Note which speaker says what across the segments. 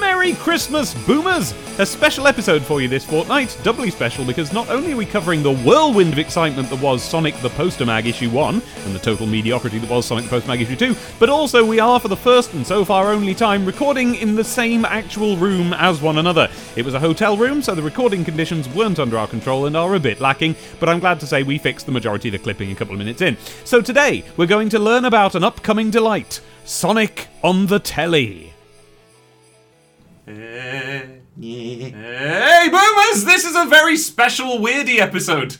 Speaker 1: Merry Christmas, Boomers! A special episode for you this fortnight, doubly special because not only are we covering the whirlwind of excitement that was Sonic the Poster Mag issue 1, and the total mediocrity that was Sonic the Poster Mag issue 2, but also we are, for the first and so far only time, recording in the same actual room as one another. It was a hotel room, so the recording conditions weren't under our control and are a bit lacking, but I'm glad to say we fixed the majority of the clipping a couple of minutes in. So today, we're going to learn about an upcoming delight Sonic on the Telly. Hey, boomers! This is a very special, weirdy episode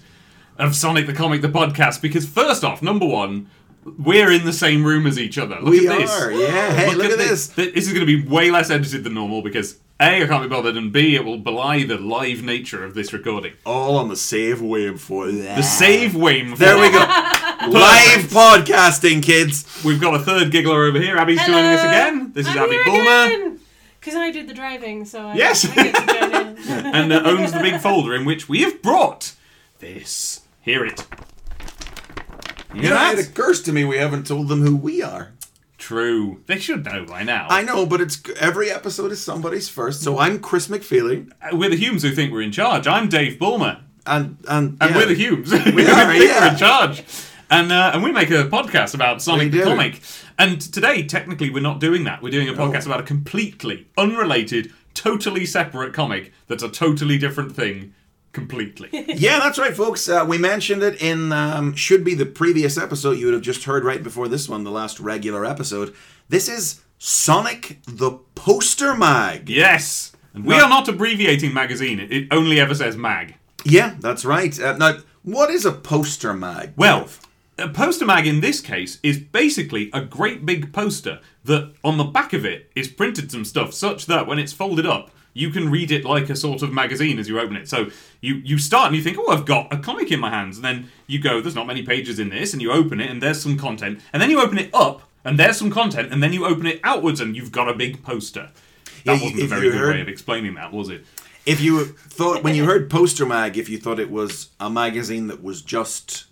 Speaker 1: of Sonic the Comic, the podcast, because first off, number one, we're in the same room as each other. Look
Speaker 2: We
Speaker 1: at this.
Speaker 2: are, yeah. Hey, look at this.
Speaker 1: Th- This is going to be way less edited than normal because A, I can't be bothered, and B, it will belie the live nature of this recording.
Speaker 2: All on the save wave for that.
Speaker 1: The save wave.
Speaker 2: There we go. Live podcasting, kids.
Speaker 1: We've got a third giggler over here. Abby's joining us again. This is Abby Bulmer.
Speaker 3: Because I did the driving, so I,
Speaker 1: Yes.
Speaker 3: I get to join in.
Speaker 1: and uh, owns the big folder in which we have brought this. Hear it. You hear
Speaker 2: Yeah,
Speaker 1: that?
Speaker 2: it occurs to me we haven't told them who we are.
Speaker 1: True. They should know by now.
Speaker 2: I know, but it's every episode is somebody's first. So I'm Chris McFeely,
Speaker 1: Uh, We're the Humes who think we're in charge. I'm Dave Bulmer,
Speaker 2: and and,
Speaker 1: and
Speaker 2: yeah.
Speaker 1: we're the Humes we
Speaker 2: are,
Speaker 1: think
Speaker 2: yeah.
Speaker 1: we're in charge. And uh, and we make a podcast about Sonic
Speaker 2: We
Speaker 1: the
Speaker 2: do.
Speaker 1: Comic. And today, technically, we're not doing that. We're doing
Speaker 2: Oh.
Speaker 1: a podcast about a completely unrelated, totally separate comic that's a totally different thing completely.
Speaker 2: Yeah, that's right, folks. Uh, we mentioned it in um, should be the previous episode you would have just heard right before this one, the last regular episode. This is Sonic the Poster Mag.
Speaker 1: yes. And we
Speaker 2: Well-
Speaker 1: are not abbreviating magazine. It, it only ever says mag.
Speaker 2: Yeah, that's right. Uh, now, what is a poster mag?
Speaker 1: Well,
Speaker 2: Dave?
Speaker 1: a poster mag in this case is basically a great big poster that on the back of it is printed some stuff such that when it's folded up, you can read it like a sort of magazine as you open it. So you, you start and you think, oh, I've got a comic in my hands. And then you go, there's not many pages in this. And you open it and there's some content. And then you open it up and there's some content. And then you open it outwards and you've got a big poster. That
Speaker 2: Yeah, you-
Speaker 1: wasn't a
Speaker 2: if
Speaker 1: very
Speaker 2: you
Speaker 1: good
Speaker 2: heard-
Speaker 1: way of explaining that, was it?
Speaker 2: If you thought when you heard poster mag, if you thought it was a magazine that was just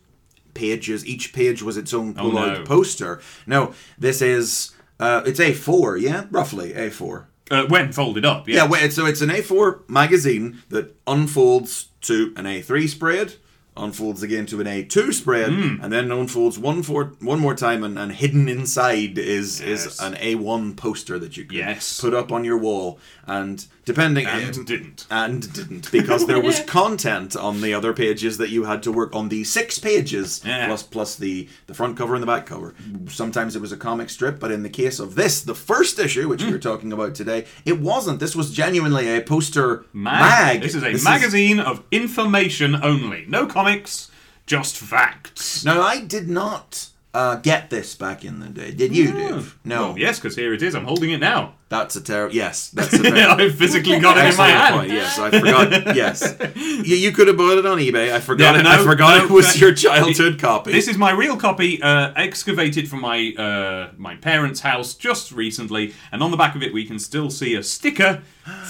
Speaker 2: pages, each page was its own Polaroid
Speaker 1: Oh, no.
Speaker 2: poster. No, this is uh, it's A4, yeah, roughly A4.
Speaker 1: Uh, when folded up,
Speaker 2: Yeah,
Speaker 1: yeah.
Speaker 2: wait, so it's an A4 magazine that unfolds to an A3 spread, unfolds again to an A2 spread,
Speaker 1: Hmm.
Speaker 2: and then unfolds one for one more time, and, and hidden inside is
Speaker 1: Yes.
Speaker 2: is an A1 poster that you can
Speaker 1: Yes.
Speaker 2: put up on your wall, and depending
Speaker 1: and didn't.
Speaker 2: and didn't because there was content on the other pages that you had to work on the six pages
Speaker 1: Yeah.
Speaker 2: plus plus the the front cover and the back cover sometimes it was a comic strip but in the case of this the first issue which
Speaker 1: Mm.
Speaker 2: we were talking about today it wasn't this was genuinely a poster
Speaker 1: Mag.
Speaker 2: mag,
Speaker 1: This is a magazine of information only. No comics, just facts.
Speaker 2: now i did not uh, get this back in the day did you Dave? no
Speaker 1: Oh, yes, because here it is. I'm holding it now.
Speaker 2: that's a terrible yes that's a terrible
Speaker 1: I physically got it in my
Speaker 2: Excellent
Speaker 1: hand.
Speaker 2: point. Yes, I forgot. Yes, you, you could have bought it on eBay. I forgot
Speaker 1: Yeah,
Speaker 2: it.
Speaker 1: no,
Speaker 2: I forgot
Speaker 1: no,
Speaker 2: it was
Speaker 1: that-
Speaker 2: your childhood copy.
Speaker 1: This is my real copy, uh, excavated from my uh, my parents' house just recently, and on the back of it we can still see a sticker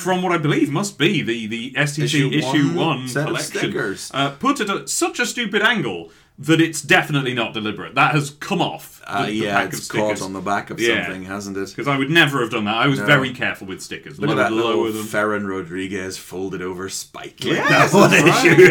Speaker 1: from what I believe must be the the STC issue,
Speaker 2: Issue
Speaker 1: one,
Speaker 2: one set of
Speaker 1: collection,
Speaker 2: stickers.
Speaker 1: Uh, put at a, such a stupid angle that it's definitely not deliberate. That has come off. the,
Speaker 2: Uh,
Speaker 1: the
Speaker 2: yeah,
Speaker 1: pack
Speaker 2: it's
Speaker 1: of stickers.
Speaker 2: caught on the back of
Speaker 1: Yeah.
Speaker 2: something, hasn't it?
Speaker 1: Because I would never have done that. I was very careful with stickers.
Speaker 2: Look at
Speaker 1: Lower-
Speaker 2: that
Speaker 1: lower
Speaker 2: little
Speaker 1: them.
Speaker 2: Ferran Rodriguez folded over spike. Like,
Speaker 1: Yes,
Speaker 2: that one
Speaker 1: that's
Speaker 2: issue.
Speaker 1: right,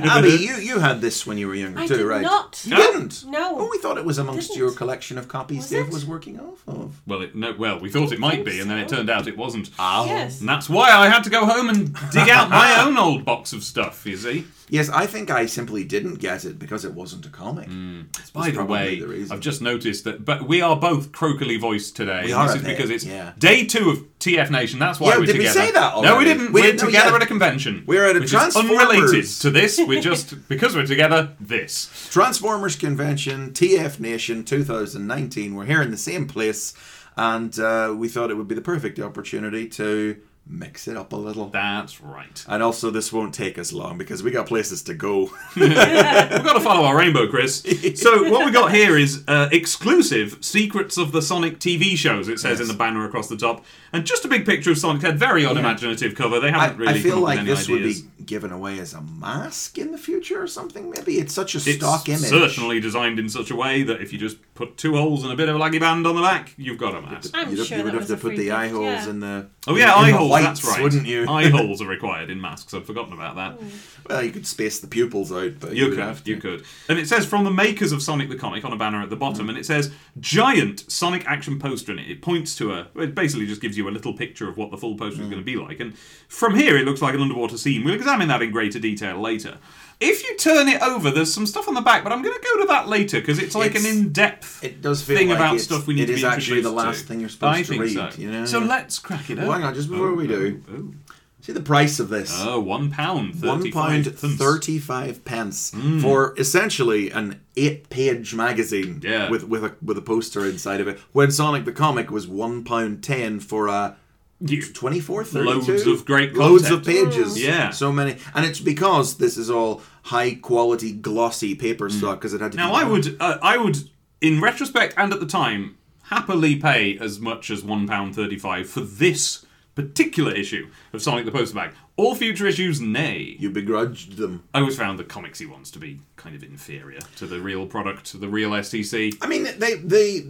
Speaker 1: yeah.
Speaker 2: Abby, you, you had this when you were younger
Speaker 3: I
Speaker 2: too,
Speaker 3: did
Speaker 2: right?
Speaker 3: not.
Speaker 2: You
Speaker 1: No.
Speaker 2: didn't?
Speaker 3: No.
Speaker 2: Oh, we thought it was amongst
Speaker 3: Didn't.
Speaker 2: your collection of copies
Speaker 3: Was
Speaker 2: Dave
Speaker 3: it?
Speaker 2: was working off of.
Speaker 1: well, it, no, well, we thought it might be, and then it turned out it wasn't.
Speaker 2: Ah.
Speaker 3: Yes.
Speaker 1: And that's why I had to go home and dig out my own old box of stuff. You see.
Speaker 2: Yes, I think I simply didn't get it because it wasn't a comic.
Speaker 1: Mm.
Speaker 2: That's
Speaker 1: By the
Speaker 2: probably
Speaker 1: way,
Speaker 2: the reason.
Speaker 1: I've just noticed that, but we are both croakily voiced today. and
Speaker 2: are
Speaker 1: this
Speaker 2: a
Speaker 1: is
Speaker 2: bit,
Speaker 1: because it's
Speaker 2: yeah.
Speaker 1: day two of TF Nation. That's why
Speaker 2: Yeah,
Speaker 1: we're
Speaker 2: did we
Speaker 1: together.
Speaker 2: say that
Speaker 1: No, we
Speaker 2: already?
Speaker 1: didn't.
Speaker 2: We
Speaker 1: are
Speaker 2: didn't know
Speaker 1: together at
Speaker 2: yet.
Speaker 1: a convention.
Speaker 2: We're at a
Speaker 1: which is unrelated
Speaker 2: Transformers.
Speaker 1: to this. We're just because we're together. This.
Speaker 2: Transformers Convention, TF Nation 2019. We're here in the same place, and uh, we thought it would be the perfect opportunity to mix it up a little.
Speaker 1: That's right.
Speaker 2: And also, this won't take us long because we got places to go.
Speaker 1: We've got to follow our rainbow, Chris. So what we got here is uh, exclusive secrets of the Sonic TV shows. It says in the banner across the top, and just a big picture of Sonic Head. Very unimaginative cover. They
Speaker 2: I,
Speaker 1: haven't really.
Speaker 2: I feel
Speaker 1: come up with
Speaker 2: like
Speaker 1: any
Speaker 2: this
Speaker 1: ideas.
Speaker 2: would be given away as a mask in the future or something. Maybe it's such a
Speaker 1: It's
Speaker 2: stock image.
Speaker 1: certainly designed in such a way that if you just Put two holes and a bit of a laggy band on the back. You've got a mask.
Speaker 3: I'm
Speaker 2: You'd,
Speaker 3: sure
Speaker 2: you would
Speaker 3: that
Speaker 2: have
Speaker 3: was
Speaker 2: to
Speaker 3: a
Speaker 2: put
Speaker 3: free
Speaker 2: the
Speaker 3: gift,
Speaker 2: eye holes
Speaker 3: yeah.
Speaker 2: in the.
Speaker 1: Oh
Speaker 2: in
Speaker 1: yeah,
Speaker 2: the- in
Speaker 1: eye
Speaker 2: the
Speaker 1: holes.
Speaker 2: whites,
Speaker 1: that's right.
Speaker 2: Wouldn't you?
Speaker 1: eye holes are required in masks. I'd forgotten about that.
Speaker 2: Well, you could space the pupils out, but
Speaker 1: You
Speaker 2: would
Speaker 1: could,
Speaker 2: have to.
Speaker 1: you could. And it says from the makers of Sonic the Comic on a banner at the
Speaker 2: Mm.
Speaker 1: bottom, and it says giant Sonic action poster, and it, it points to a. It basically just gives you a little picture of what the full
Speaker 2: Mm.
Speaker 1: poster is going to be like. And from here, it looks like an underwater scene. We'll examine that in greater detail later. If you turn it over, there's some stuff on the back, but I'm going to go to that later because it's like an
Speaker 2: It's-
Speaker 1: in-depth
Speaker 2: It does feel
Speaker 1: thing
Speaker 2: like
Speaker 1: about
Speaker 2: it's-
Speaker 1: stuff we need
Speaker 2: it
Speaker 1: to be
Speaker 2: is actually the
Speaker 1: introduced
Speaker 2: last
Speaker 1: to.
Speaker 2: thing you're supposed
Speaker 1: I
Speaker 2: to
Speaker 1: think
Speaker 2: read,
Speaker 1: So.
Speaker 2: you know?
Speaker 1: so let's crack it
Speaker 2: Well,
Speaker 1: up.
Speaker 2: hang on, just before we do.
Speaker 1: oh,
Speaker 2: See the price of this.
Speaker 1: oh. Oh, one pound
Speaker 2: One
Speaker 1: thirty-five
Speaker 2: pound
Speaker 1: pence.
Speaker 2: thirty-five pence
Speaker 1: Mm.
Speaker 2: for essentially an eight-page magazine
Speaker 1: Yeah.
Speaker 2: with with a with a poster inside of it. When Sonic the Comic was one pound ten for a
Speaker 1: You-
Speaker 2: 24,
Speaker 1: Loads
Speaker 2: 32?
Speaker 1: of great
Speaker 2: loads of
Speaker 1: content. Mm.
Speaker 2: pages.
Speaker 1: Yeah.
Speaker 2: so many, and it's because this is all high quality glossy paper stock because it had to.
Speaker 1: Mm. Now
Speaker 2: be
Speaker 1: I would, uh, I would, in retrospect and at the time, happily pay as much as one pound thirty-five for this particular issue of Sonic the Postbag. All future issues, nay.
Speaker 2: You begrudged them.
Speaker 1: I always found the comicsy ones to be kind of inferior to the real product, to the real STC.
Speaker 2: I mean, they they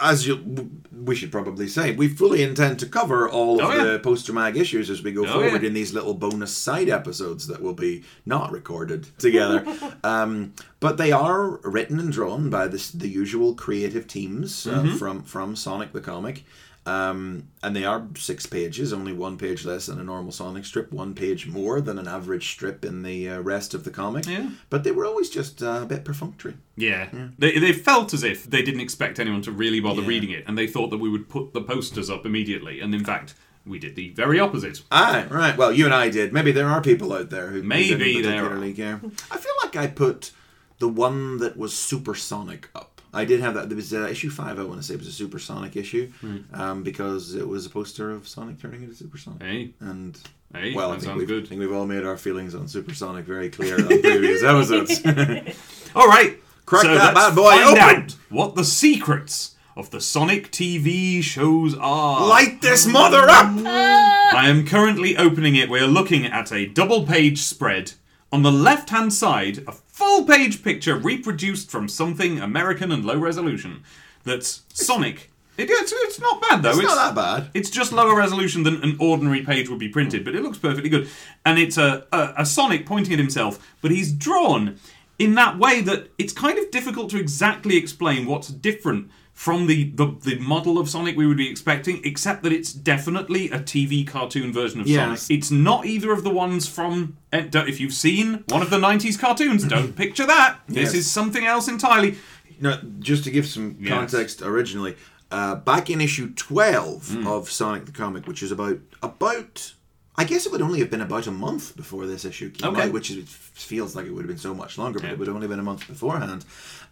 Speaker 2: as you we should probably say we fully intend to cover all
Speaker 1: Oh,
Speaker 2: of
Speaker 1: yeah.
Speaker 2: the poster mag issues as we go
Speaker 1: Oh,
Speaker 2: forward
Speaker 1: yeah.
Speaker 2: in these little bonus side episodes that will be not recorded together. um, but they are written and drawn by this, the usual creative teams uh,
Speaker 1: Mm-hmm.
Speaker 2: from from Sonic the Comic. Um, and they are six pages, only one page less than a normal Sonic strip, one page more than an average strip in the uh, rest of the comic.
Speaker 1: Yeah.
Speaker 2: But they were always just uh, a bit perfunctory.
Speaker 1: Yeah, They, they felt as if they didn't expect anyone to really bother reading it, and they thought that we would put the posters up immediately, and in fact, we did the very opposite.
Speaker 2: Ah, right. Well, you and I did. Maybe there are people out there who who
Speaker 1: Maybe
Speaker 2: didn't
Speaker 1: there
Speaker 2: particularly care. I feel like I put the one that was supersonic up. I did have that. There was uh, issue five. I want to say it was a supersonic issue,
Speaker 1: Hmm.
Speaker 2: um, because it was a poster of Sonic turning into supersonic.
Speaker 1: Hey,
Speaker 2: And
Speaker 1: hey,
Speaker 2: well, I
Speaker 1: that
Speaker 2: think,
Speaker 1: sounds
Speaker 2: we've,
Speaker 1: good.
Speaker 2: I think we've all made our feelings on supersonic very clear on previous episodes.
Speaker 1: All right,
Speaker 2: Crack
Speaker 1: so
Speaker 2: that
Speaker 1: let's
Speaker 2: bad boy
Speaker 1: find
Speaker 2: open.
Speaker 1: out what the secrets of the Sonic TV shows are.
Speaker 2: Light this mother up.
Speaker 1: I am currently opening it. We're looking at a double page spread. On the left hand side, a full page picture reproduced from something American and low resolution that's Sonic. It- it's, it's not bad though.
Speaker 2: It's not that bad.
Speaker 1: It's just lower resolution than an ordinary page would be printed, but it looks perfectly good. And it's a, a, a Sonic pointing at himself, but he's drawn in that way that it's kind of difficult to exactly explain what's different from the, the, the model of Sonic we would be expecting, except that it's definitely a TV cartoon version of
Speaker 2: Yes.
Speaker 1: Sonic. It's not either of the ones from. eh, don't- If you've seen one of the 90s cartoons, don't picture that.
Speaker 2: Yes.
Speaker 1: This is something else entirely.
Speaker 2: No, just to give some
Speaker 1: Yes.
Speaker 2: context originally, uh, back in issue 12
Speaker 1: Hmm.
Speaker 2: of Sonic the Comic, which is about, about, I guess it would only have been about a month before this issue came
Speaker 1: Okay.
Speaker 2: out, which is, it feels like it would have been so much longer, but it would have only been a month beforehand.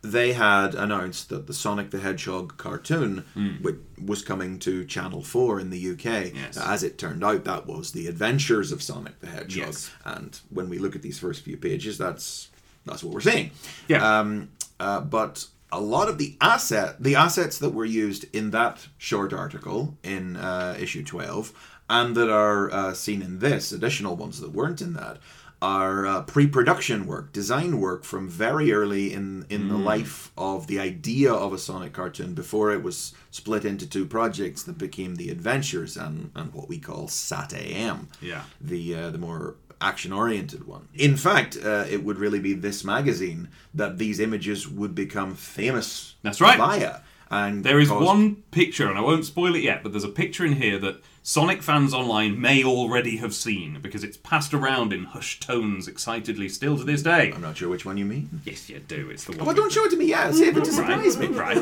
Speaker 2: They had announced that the Sonic the Hedgehog cartoon would, was coming to Channel 4 in the UK.
Speaker 1: Hmm. Yes.
Speaker 2: As it turned out, that was The Adventures of Sonic the Hedgehog.
Speaker 1: Yes.
Speaker 2: And when we look at these first few pages, that's that's what we're seeing.
Speaker 1: Yeah.
Speaker 2: Um, uh, but a lot of the asset, the assets that were used in that short article in uh, issue twelve, and that are uh, seen in this additional ones that weren't in that, are uh, pre-production work, design work from very early in in the life of the idea of a Sonic cartoon before it was split into two projects that became the Adventures and and what we call Sat AM
Speaker 1: Yeah.
Speaker 2: the uh, the more action oriented one. In fact, uh, it would really be this magazine that these images would become famous.
Speaker 1: That's right.
Speaker 2: Via and
Speaker 1: There is
Speaker 2: caused-
Speaker 1: one picture, and I won't spoil it yet, but there's a picture in here that Sonic fans online may already have seen because it's passed around in hushed tones excitedly still to this day.
Speaker 2: I'm not sure which one you mean.
Speaker 1: Yes, you do. It's the one.
Speaker 2: Well, don't show it to me yet. See if it
Speaker 1: right,
Speaker 2: surprise me.
Speaker 1: right.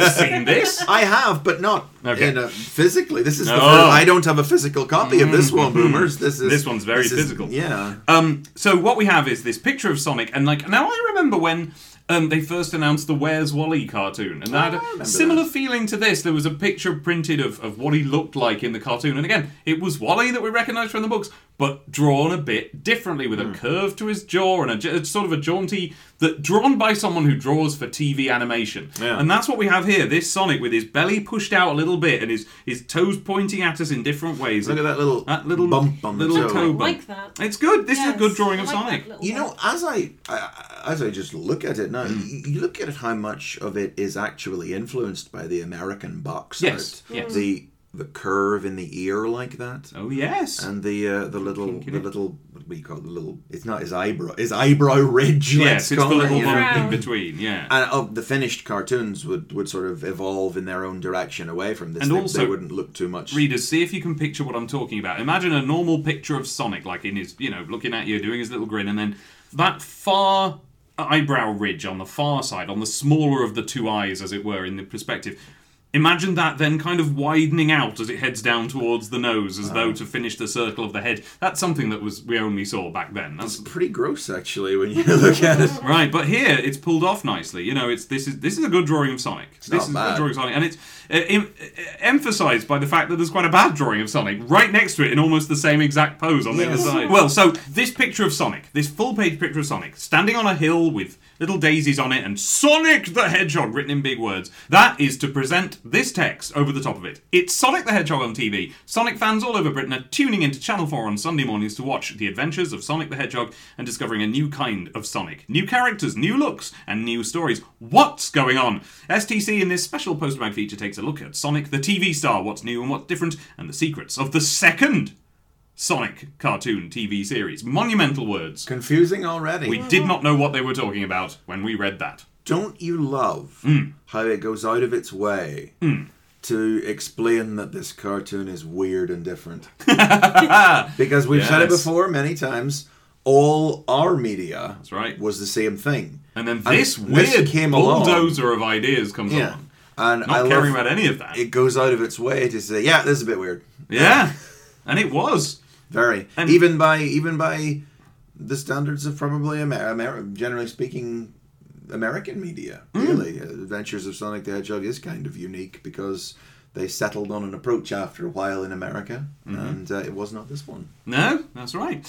Speaker 1: You've seen this.
Speaker 2: I have, but not
Speaker 1: Okay.
Speaker 2: in a, physically. This is the
Speaker 1: No. Mm-hmm.
Speaker 2: first, I don't have a physical copy of this one, Boomers. This is
Speaker 1: This one's very
Speaker 2: this is-
Speaker 1: physical.
Speaker 2: yeah.
Speaker 1: Um, so what we have is this picture of Sonic, and like now I remember when um, they first announced the Where's Wally cartoon, and that
Speaker 2: Oh, I
Speaker 1: had a
Speaker 2: remember
Speaker 1: similar feeling to this. There was a picture printed of, of what he looked like in the cartoon, and again, it was Wally that we recognised from the books, but drawn a bit differently with
Speaker 2: Hmm.
Speaker 1: a curve to his jaw and a, j- it's sort of a jaunty that drawn by someone who draws for TV animation.
Speaker 2: Yeah.
Speaker 1: And that's what we have here. This Sonic with his belly pushed out a little bit and his his toes pointing at us in different ways.
Speaker 2: Look at that little,
Speaker 1: That little
Speaker 2: bump on the
Speaker 1: little
Speaker 2: toe.
Speaker 1: toe.
Speaker 3: I like that.
Speaker 1: It's good. This is a
Speaker 3: Yes,
Speaker 1: good drawing of
Speaker 3: I like that
Speaker 1: Sonic.
Speaker 3: little
Speaker 2: You
Speaker 3: one.
Speaker 2: know, as I, I as I just look at it now,
Speaker 1: Hmm.
Speaker 2: y you look at how much of it is actually influenced by the American box
Speaker 1: Yes,
Speaker 2: art.
Speaker 1: yes.
Speaker 2: The the curve in the ear like that,
Speaker 1: Oh yes.
Speaker 2: and the uh, the little
Speaker 1: Kinky
Speaker 2: the
Speaker 1: bit.
Speaker 2: little what do you call it? the little? It's not his eyebrow. His eyebrow ridge.
Speaker 1: yes,
Speaker 2: let's
Speaker 1: it's the
Speaker 2: call it,
Speaker 1: little
Speaker 2: you
Speaker 1: one
Speaker 2: know.
Speaker 3: Crown.
Speaker 1: in between. Yeah.
Speaker 2: And of the finished cartoons would, would sort of evolve in their own direction away from this.
Speaker 1: And
Speaker 2: they, they
Speaker 1: also-
Speaker 2: wouldn't look too much.
Speaker 1: Readers, see if you can picture what I'm talking about. Imagine a normal picture of Sonic, like in his, you know, looking at you, doing his little grin, and then that far eyebrow ridge on the far side, on the smaller of the two eyes, as it were, in the perspective. Imagine that then kind of widening out as it heads down towards the nose,
Speaker 2: Uh-huh.
Speaker 1: as though to finish the circle of the head. That's something that was we only saw back then. That's
Speaker 2: Pretty gross, actually, when you look at it.
Speaker 1: Right, but here it's pulled off nicely. You know, it's this is this is a good drawing of Sonic. this
Speaker 2: not
Speaker 1: is a
Speaker 2: bad.
Speaker 1: good drawing of Sonic, and it's uh, em- uh, emphasized by the fact that there's quite a bad drawing of Sonic right next to it in almost the same exact pose on the other
Speaker 2: Yes.
Speaker 1: side. Well, so this picture of Sonic, this full-page picture of Sonic, standing on a hill with little daisies on it and Sonic the Hedgehog written in big words. That is to present this text over the top of it. It's Sonic the Hedgehog on TV. Sonic fans all over Britain are tuning into Channel 4 on Sunday mornings to watch the adventures of Sonic the Hedgehog and discovering a new kind of Sonic. New characters, new looks, and new stories. What's going on? STC in this special post-mag feature takes a look at Sonic the TV star, what's new and what's different, and the secrets of the second Sonic cartoon TV series. Monumental words.
Speaker 2: Confusing already.
Speaker 1: We did not know what they were talking about when we read that.
Speaker 2: Don't you love
Speaker 1: Hmm.
Speaker 2: how it goes out of its way to explain that this cartoon is weird and different? because we've said it
Speaker 1: Yes.
Speaker 2: before many times. All our media That's
Speaker 1: right.
Speaker 2: was the same thing.
Speaker 1: And then this
Speaker 2: this
Speaker 1: weird
Speaker 2: came along.
Speaker 1: bulldozer of ideas comes
Speaker 2: Yeah.
Speaker 1: along.
Speaker 2: And I
Speaker 1: Not
Speaker 2: love
Speaker 1: caring about any of that.
Speaker 2: it goes out of its way to say, yeah, this is a bit weird.
Speaker 1: yeah. And it was.
Speaker 2: Very.
Speaker 1: And-
Speaker 2: even by even by the standards of probably Amer- Amer- generally speaking American media. Really, Uh, Adventures of Sonic the Hedgehog is kind of unique because they settled on an approach after a while in America, and uh, it was not this one.
Speaker 1: No, that's right.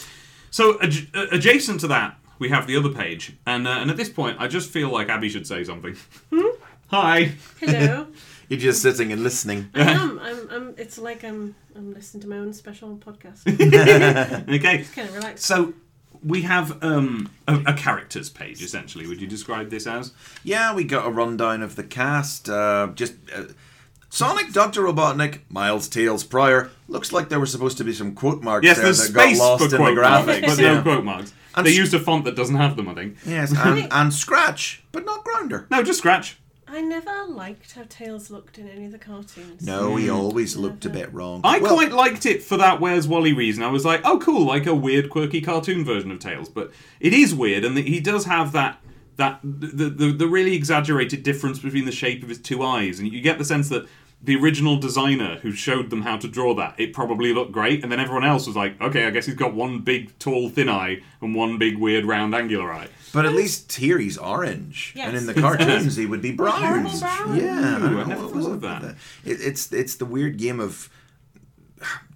Speaker 1: So ad- uh, adjacent to that, we have the other page. And, uh, and at this point, I just feel like Abby should say something. Hi.
Speaker 3: Hello.
Speaker 2: You're just sitting and listening.
Speaker 3: I am. I'm, I'm. It's like I'm. I'm listening to my own special podcast. it's
Speaker 1: Okay.
Speaker 3: kind of relaxed.
Speaker 1: So we have um, a, a characters page, essentially. Would you describe this as?
Speaker 2: Yeah, we got a rundown of the cast. Uh, just uh, Sonic, Doctor Robotnik, Miles Tails Pryor. Looks like there were supposed to be some quote marks
Speaker 1: Yes,
Speaker 2: there
Speaker 1: there's
Speaker 2: that got
Speaker 1: space
Speaker 2: lost
Speaker 1: for
Speaker 2: in the
Speaker 1: quote marks,
Speaker 2: graphics.
Speaker 1: but
Speaker 2: yeah.
Speaker 1: no quote marks.
Speaker 2: And
Speaker 1: they
Speaker 2: s-
Speaker 1: used a font that doesn't have them, I think.
Speaker 2: Yes, and, and Scratch, but not Grounder.
Speaker 1: No, just scratch.
Speaker 3: I never liked how Tails looked in any of the cartoons.
Speaker 2: No, he always looked a
Speaker 3: Uh-huh.
Speaker 2: bit wrong.
Speaker 1: Mm. I
Speaker 2: Well,
Speaker 1: quite liked it for that Where's Wally reason. I was like, oh, cool, like a weird, quirky cartoon version of Tails. But it is weird, and he does have that that the, the the really exaggerated difference between the shape of his two eyes, and you get the sense that the original designer who showed them how to draw that it probably looked great, and then everyone else was like, okay, I guess he's got one big, tall, thin eye and one big, weird, round, angular eye.
Speaker 2: But at least here he's orange, and in the
Speaker 3: Yes.
Speaker 2: cartoons he would be
Speaker 3: Horrible
Speaker 2: bronze.
Speaker 3: brown.
Speaker 2: Yeah,
Speaker 1: Ooh,
Speaker 2: don't
Speaker 1: I
Speaker 2: know
Speaker 1: never
Speaker 2: what
Speaker 1: thought
Speaker 2: was
Speaker 1: of
Speaker 2: up
Speaker 1: that.
Speaker 2: with It, it's it's the weird game of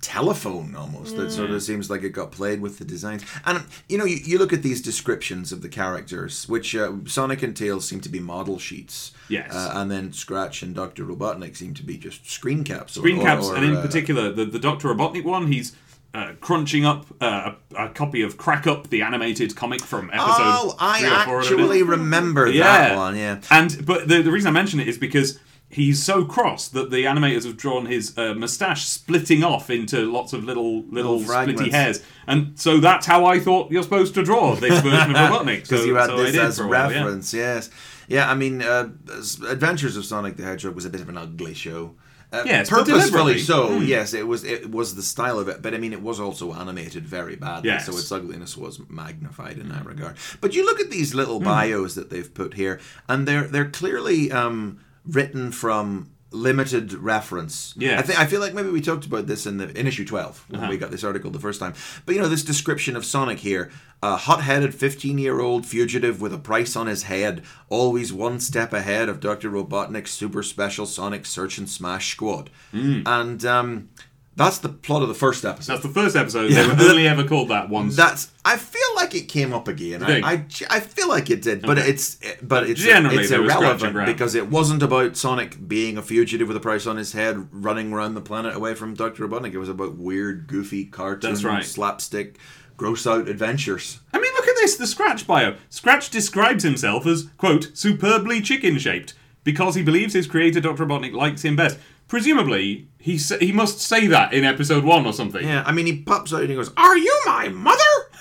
Speaker 2: telephone almost that sort
Speaker 3: Mm.
Speaker 2: of seems like it got played with the designs. And you know, you, you look at these descriptions of the characters, which uh, Sonic and Tails seem to be model sheets.
Speaker 1: Yes.
Speaker 2: Uh, and then Scratch and Doctor Robotnik seem to be just screen caps. or-
Speaker 1: Green
Speaker 2: or-
Speaker 1: caps,
Speaker 2: or,
Speaker 1: and in
Speaker 2: uh,
Speaker 1: particular the, the Doctor Robotnik one, he's uh, crunching up uh, a, a copy of Crack Up, the animated comic from episode.
Speaker 2: Oh, I
Speaker 1: three or four, whatever it is.
Speaker 2: actually remember that one. Yeah.
Speaker 1: And but the, the reason I mention it is because he's so cross that the animators have drawn his uh, mustache splitting off into lots of little little,
Speaker 2: Little
Speaker 1: splitty
Speaker 2: fragments.
Speaker 1: hairs, and so that's how I thought you're supposed to draw this version of Robotnik.
Speaker 2: because
Speaker 1: so,
Speaker 2: you had
Speaker 1: so I
Speaker 2: this
Speaker 1: did
Speaker 2: as
Speaker 1: for a while, yeah.
Speaker 2: reference. Yes, yeah. I mean, uh, s- Adventures of Sonic the Hedgehog was a bit of an ugly show. Uh,
Speaker 1: Yes, but
Speaker 2: purposefully
Speaker 1: deliberately. Hmm.
Speaker 2: so. Yes, it was. It was the style of it, but I mean, it was also animated very badly,
Speaker 1: Yes.
Speaker 2: so its ugliness was magnified in that regard. But you look at these little
Speaker 1: Hmm.
Speaker 2: bios that they've put here, and they're they're clearly um, written from limited reference.
Speaker 1: Yes.
Speaker 2: I think I feel like maybe we talked about this in the in issue 12 when we got this article the first time. But you know, this description of Sonic here, a hot-headed 15-year-old fugitive with a price on his head, always one step ahead of Dr. Robotnik's super special Sonic search and smash squad. And um That's the plot of the first episode.
Speaker 1: That's the first episode.
Speaker 2: Yeah.
Speaker 1: They were only ever called that once.
Speaker 2: That's. I feel like it came up again. I,
Speaker 1: Did it?
Speaker 2: I, ge- I feel like it did, but
Speaker 1: Okay.
Speaker 2: it's but it's
Speaker 1: Generally,
Speaker 2: it's
Speaker 1: they were scratching
Speaker 2: irrelevant
Speaker 1: around.
Speaker 2: because it wasn't about Sonic being a fugitive with a price on his head, running around the planet away from Doctor Robotnik. It was about weird, goofy cartoon,
Speaker 1: That's right.
Speaker 2: slapstick, gross out adventures.
Speaker 1: I mean, look at this, the Scratch bio. Scratch describes himself as, quote, superbly chicken shaped, because he believes his creator, Dr. Robotnik, likes him best. Presumably, he sa- he must say that in episode one or something.
Speaker 2: Yeah, I mean, he pops out and he goes, "Are you my mother?"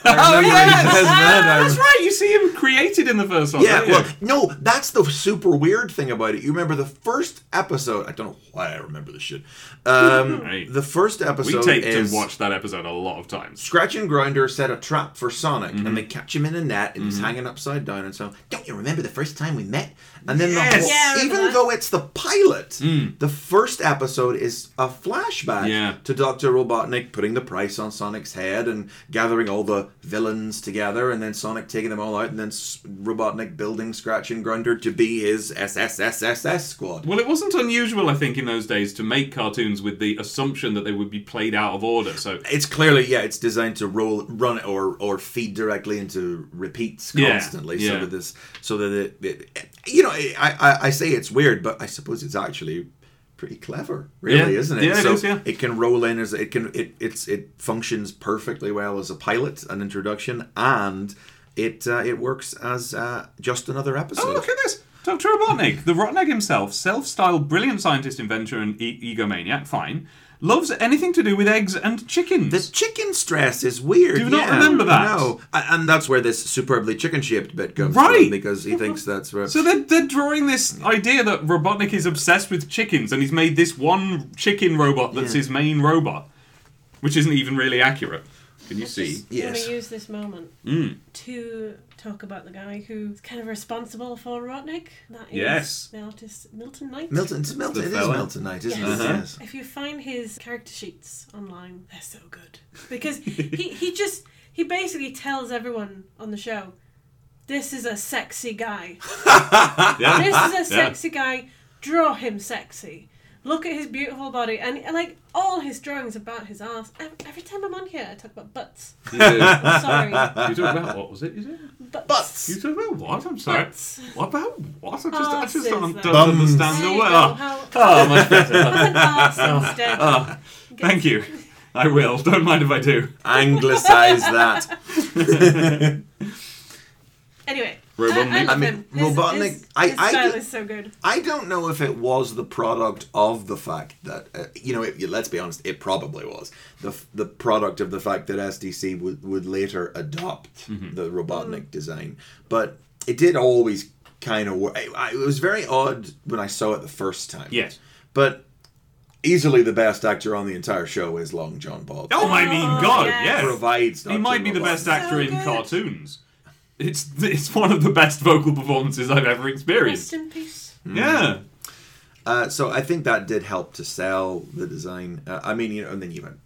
Speaker 2: I
Speaker 1: Oh,
Speaker 2: remember he
Speaker 1: yes! Ah,
Speaker 2: says that. I
Speaker 1: That's right, you see him created in the first one.
Speaker 2: Yeah,
Speaker 1: don't you?
Speaker 2: well, no, that's the super weird thing about it. You remember the first episode? I don't know why I remember this shit. Um,
Speaker 1: Right.
Speaker 2: The first
Speaker 1: we
Speaker 2: episode
Speaker 1: take
Speaker 2: is
Speaker 1: to watch that episode a lot of times.
Speaker 2: Scratch and Grinder set a trap for Sonic,
Speaker 1: Mm-hmm.
Speaker 2: and they catch him in a net, and he's hanging upside down. And so, don't you remember the first time we met? And then,
Speaker 1: Yes! Mm.
Speaker 2: the whole,
Speaker 3: Yeah, I remember
Speaker 2: even
Speaker 3: that.
Speaker 2: though it's the pilot, the first episode is a flashback
Speaker 1: Yeah.
Speaker 2: to Doctor Robotnik putting the price on Sonic's head and gathering all the villains together, and then Sonic taking them all out, and then S- Robotnik building Scratch and Grinder to be his SSSSS squad.
Speaker 1: Well, it wasn't unusual, I think, in those days to make cartoons with the assumption that they would be played out of order. So
Speaker 2: It's clearly yeah, it's designed to roll, run, or or feed directly into repeats
Speaker 1: Yeah,
Speaker 2: constantly, so
Speaker 1: yeah.
Speaker 2: that this, so that it, it you know, I, I I say it's weird, but I suppose it's actually pretty clever, really,
Speaker 1: Yeah.
Speaker 2: isn't it?
Speaker 1: Yeah, it
Speaker 2: so
Speaker 1: is, yeah.
Speaker 2: it can roll in as it can it it's it functions perfectly well as a pilot, an introduction, and it uh, it works as uh, just another episode.
Speaker 1: Oh, look at this. Dr. Robotnik, the Robotnik himself, self styled brilliant scientist, inventor, and e- egomaniac, fine, loves anything to do with eggs and chickens.
Speaker 2: The chicken stress is weird.
Speaker 1: Do you not
Speaker 2: yeah.
Speaker 1: remember that?
Speaker 2: No, A- and that's where this superbly chicken-shaped bit comes
Speaker 1: Right.
Speaker 2: from because he thinks that's where.
Speaker 1: so they're, they're drawing this idea that Robotnik is obsessed with chickens and he's made this one chicken robot that's his main robot, which isn't even really accurate. Can you see?
Speaker 2: Yes.
Speaker 3: want to use this moment
Speaker 1: Hmm.
Speaker 3: to talk about the guy who's kind of responsible for Rotnik. That is
Speaker 1: Yes.
Speaker 3: the artist Milton Knight.
Speaker 2: Milton, it's Milton,
Speaker 1: the
Speaker 2: it is
Speaker 1: fella. Uh-huh.
Speaker 2: Milton Knight,
Speaker 3: Yes.
Speaker 2: isn't it? Yes.
Speaker 3: If you find his character sheets online, they're so good because he, he just he basically tells everyone on the show, "This is a sexy guy. This is a sexy guy. Draw him sexy. Look at his beautiful body." And, and, like all his drawings about his ass. Ev- Every time I'm on here, I talk about butts. I'm sorry,
Speaker 1: You talk about what was it? Is it?
Speaker 3: butts.
Speaker 2: Butts.
Speaker 1: You talk about what? I'm sorry.
Speaker 3: Butts.
Speaker 1: What about what? I just, I just
Speaker 3: Asses,
Speaker 1: don't,
Speaker 3: though.
Speaker 1: don't
Speaker 2: Bums.
Speaker 1: understand
Speaker 3: There
Speaker 1: the
Speaker 3: you
Speaker 1: word.
Speaker 3: go.
Speaker 1: Oh,
Speaker 3: How-
Speaker 1: oh, much better.
Speaker 3: have an arse instead.
Speaker 2: Uh,
Speaker 1: Oh, thank you. I will. Don't mind if I do.
Speaker 2: Anglicise that.
Speaker 3: Anyway,
Speaker 1: Robotnik.
Speaker 3: I, I, love
Speaker 2: I mean,
Speaker 3: him. His-
Speaker 2: Robotnik-
Speaker 3: His,
Speaker 2: I-
Speaker 3: his
Speaker 2: I
Speaker 3: style
Speaker 2: could-
Speaker 3: is so good.
Speaker 2: I don't know if it was the product of the fact that, uh, you know, it, let's be honest, it probably was. The, f- the product of the fact that SDC would, would later adopt
Speaker 1: Mm-hmm.
Speaker 2: the Robotnik design. But it did always kind of work. I, I, it was very odd when I saw it the first time.
Speaker 1: Yes.
Speaker 2: But easily the best actor on the entire show is Long John Bob.
Speaker 1: Oh, my mean God,
Speaker 3: yes.
Speaker 1: yes.
Speaker 2: Provides
Speaker 1: He
Speaker 2: Dr.
Speaker 1: might be the
Speaker 2: Robotnik.
Speaker 1: best
Speaker 3: So
Speaker 1: actor in
Speaker 3: good.
Speaker 1: cartoons. It's it's one of the best vocal performances I've ever
Speaker 3: Rest
Speaker 1: experienced.
Speaker 3: in peace.
Speaker 1: Yeah.
Speaker 2: Uh, so I think that did help to sell the design. Uh, I mean, you know, and then you went.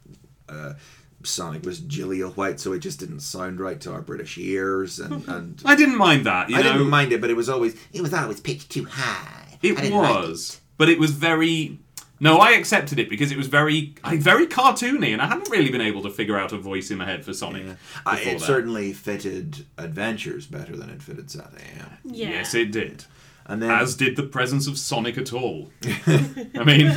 Speaker 2: Uh, Sonic was Gillia White, so it just didn't sound right to our British ears, and, and
Speaker 1: I didn't mind that, you
Speaker 2: I
Speaker 1: know.
Speaker 2: didn't mind it, but it was always it was always pitched too high. I
Speaker 1: it
Speaker 2: didn't like
Speaker 1: was. But it was very No, I accepted it because it was very I very cartoony and I hadn't really been able to figure out a voice in my head for Sonic.
Speaker 2: I,
Speaker 1: before
Speaker 2: it
Speaker 1: that.
Speaker 2: certainly fitted Adventures better than it fitted Zatam.
Speaker 3: Yeah.
Speaker 1: Yes, it did.
Speaker 2: And then
Speaker 1: As did the presence of Sonic at all. I mean,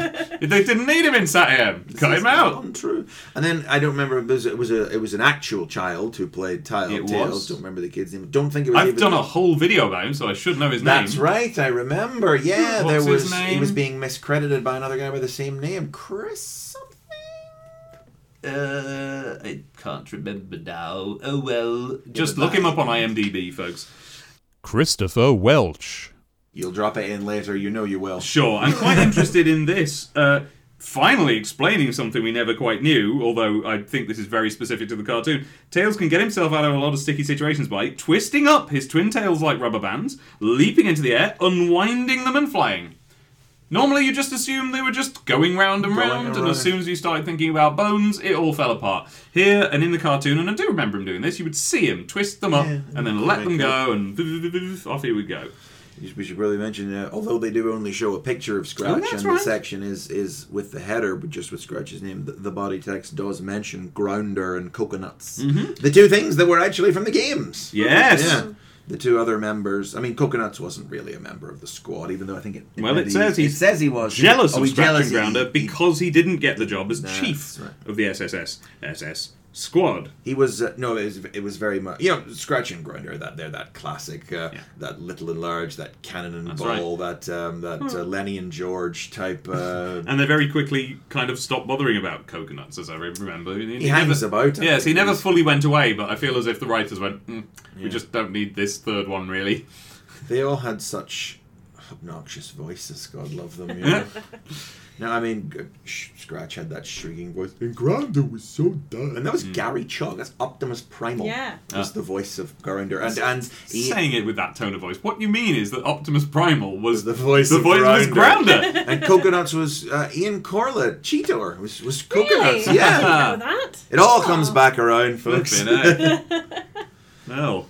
Speaker 1: they didn't need him in Satyam. Cut him out.
Speaker 2: Untrue. And then I don't remember. It was, it was a it was an actual child who played Tile.
Speaker 1: It
Speaker 2: Tails.
Speaker 1: was.
Speaker 2: Don't remember the kid's name. Don't think it was.
Speaker 1: I've
Speaker 2: even-
Speaker 1: done a whole video about him, so I should know his
Speaker 2: That's
Speaker 1: name.
Speaker 2: right, I remember. Yeah,
Speaker 1: What's
Speaker 2: there
Speaker 1: his
Speaker 2: was he
Speaker 1: name?
Speaker 2: was being miscredited by another guy by the same name, Chris something.
Speaker 1: Uh, I can't remember now. Oh well. Just look him up on IMDb, folks.
Speaker 4: Christopher Welch.
Speaker 2: You'll drop it in later, you know you will.
Speaker 1: Sure, I'm quite interested in this. Uh, finally explaining something we never quite knew, although I think this is very specific to the cartoon. Tails can get himself out of a lot of sticky situations by twisting up his twin tails like rubber bands, leaping into the air, unwinding them, and flying. Normally, you just assume they were just going round and
Speaker 2: Going
Speaker 1: round, and
Speaker 2: around.
Speaker 1: as soon as you started thinking about bones, it all fell apart. Here and in the cartoon, and I do remember him doing this, you would see him twist them up
Speaker 2: Yeah,
Speaker 1: and then let them go, and off he would go.
Speaker 2: We should probably mention, uh, although they do only show a picture of Scratch,
Speaker 1: Oh, that's
Speaker 2: and
Speaker 1: right.
Speaker 2: the section is is with the header, but just with Scratch's name, the, the body text does mention Grounder and Coconuts, the two things that were actually from the games.
Speaker 1: Mm-hmm. Yes.
Speaker 2: Yeah. The two other members. I mean, Coconuts wasn't really a member of the squad, even though I think it.
Speaker 1: Well, it
Speaker 2: he-
Speaker 1: says
Speaker 2: it
Speaker 1: he's
Speaker 2: says he was
Speaker 1: jealous
Speaker 2: Oh,
Speaker 1: of
Speaker 2: he's
Speaker 1: Scratch
Speaker 2: jealous.
Speaker 1: and
Speaker 2: He-
Speaker 1: Grounder
Speaker 2: he-
Speaker 1: because he didn't get the job as
Speaker 2: That's
Speaker 1: chief
Speaker 2: right.
Speaker 1: of the SSS SS squad.
Speaker 2: He was uh, no, it was, it was very much you know scratch and grinder that they're that classic uh,
Speaker 1: Yeah.
Speaker 2: that little and large that cannon and ball that um, that uh, Lenny and George type. Uh,
Speaker 1: And they very quickly kind of stopped bothering about coconuts, as I remember. He,
Speaker 2: he hangs about. I
Speaker 1: Yes, he
Speaker 2: think.
Speaker 1: never fully went away, but I feel as if the writers went, mm, we just don't need this third one, really.
Speaker 2: They all had such obnoxious voices. God love them. You know? no, I mean G- Sh- Scratch had that shrieking voice, and Grinder was so dumb. And
Speaker 1: Hmm.
Speaker 2: that was Gary Chug. That's Optimus Primal.
Speaker 3: Yeah.
Speaker 2: was
Speaker 1: Ah.
Speaker 2: the voice of Grinder, and and he-
Speaker 1: Saying it with that tone of voice. What you mean is that Optimus Primal was
Speaker 2: The voice
Speaker 1: the
Speaker 2: of
Speaker 1: voice of his
Speaker 2: Grounder.
Speaker 1: Grounder.
Speaker 2: and Coconuts was uh, Ian Corlett. Cheetor was was Coconuts.
Speaker 3: Really?
Speaker 2: Yeah.
Speaker 3: I didn't know that.
Speaker 2: It all comes back around, folks.
Speaker 1: Flippin' heck. No.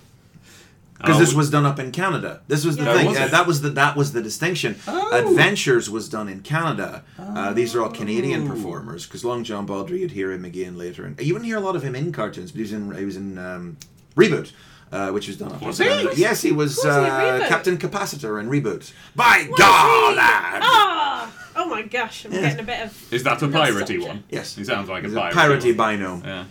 Speaker 2: Because this
Speaker 1: Oh,
Speaker 2: was done up in Canada. This was the
Speaker 3: Yeah.
Speaker 2: thing.
Speaker 1: Oh, was
Speaker 2: uh,
Speaker 1: it?
Speaker 2: that was the that was the distinction.
Speaker 1: Oh.
Speaker 2: Adventures was done in Canada. Uh, these are all
Speaker 3: Oh.
Speaker 2: Canadian performers. Because Long John Baldry, you'd hear him again later, and you wouldn't hear a lot of him in cartoons. But he was in he was in um, Reboot, uh, which was done up.
Speaker 1: Was
Speaker 2: in
Speaker 1: he?
Speaker 2: Canada. Yes, he was,
Speaker 3: Was he in
Speaker 2: uh,
Speaker 3: Reboot?
Speaker 2: Captain Capacitor in Reboot. By God!
Speaker 3: Ah! Oh my gosh, I'm getting a bit of.
Speaker 1: Is that a piratey one?
Speaker 2: Yes.
Speaker 1: He sounds like a
Speaker 2: He's
Speaker 1: piratey.
Speaker 2: parody
Speaker 1: one.
Speaker 2: bino.
Speaker 1: Yeah.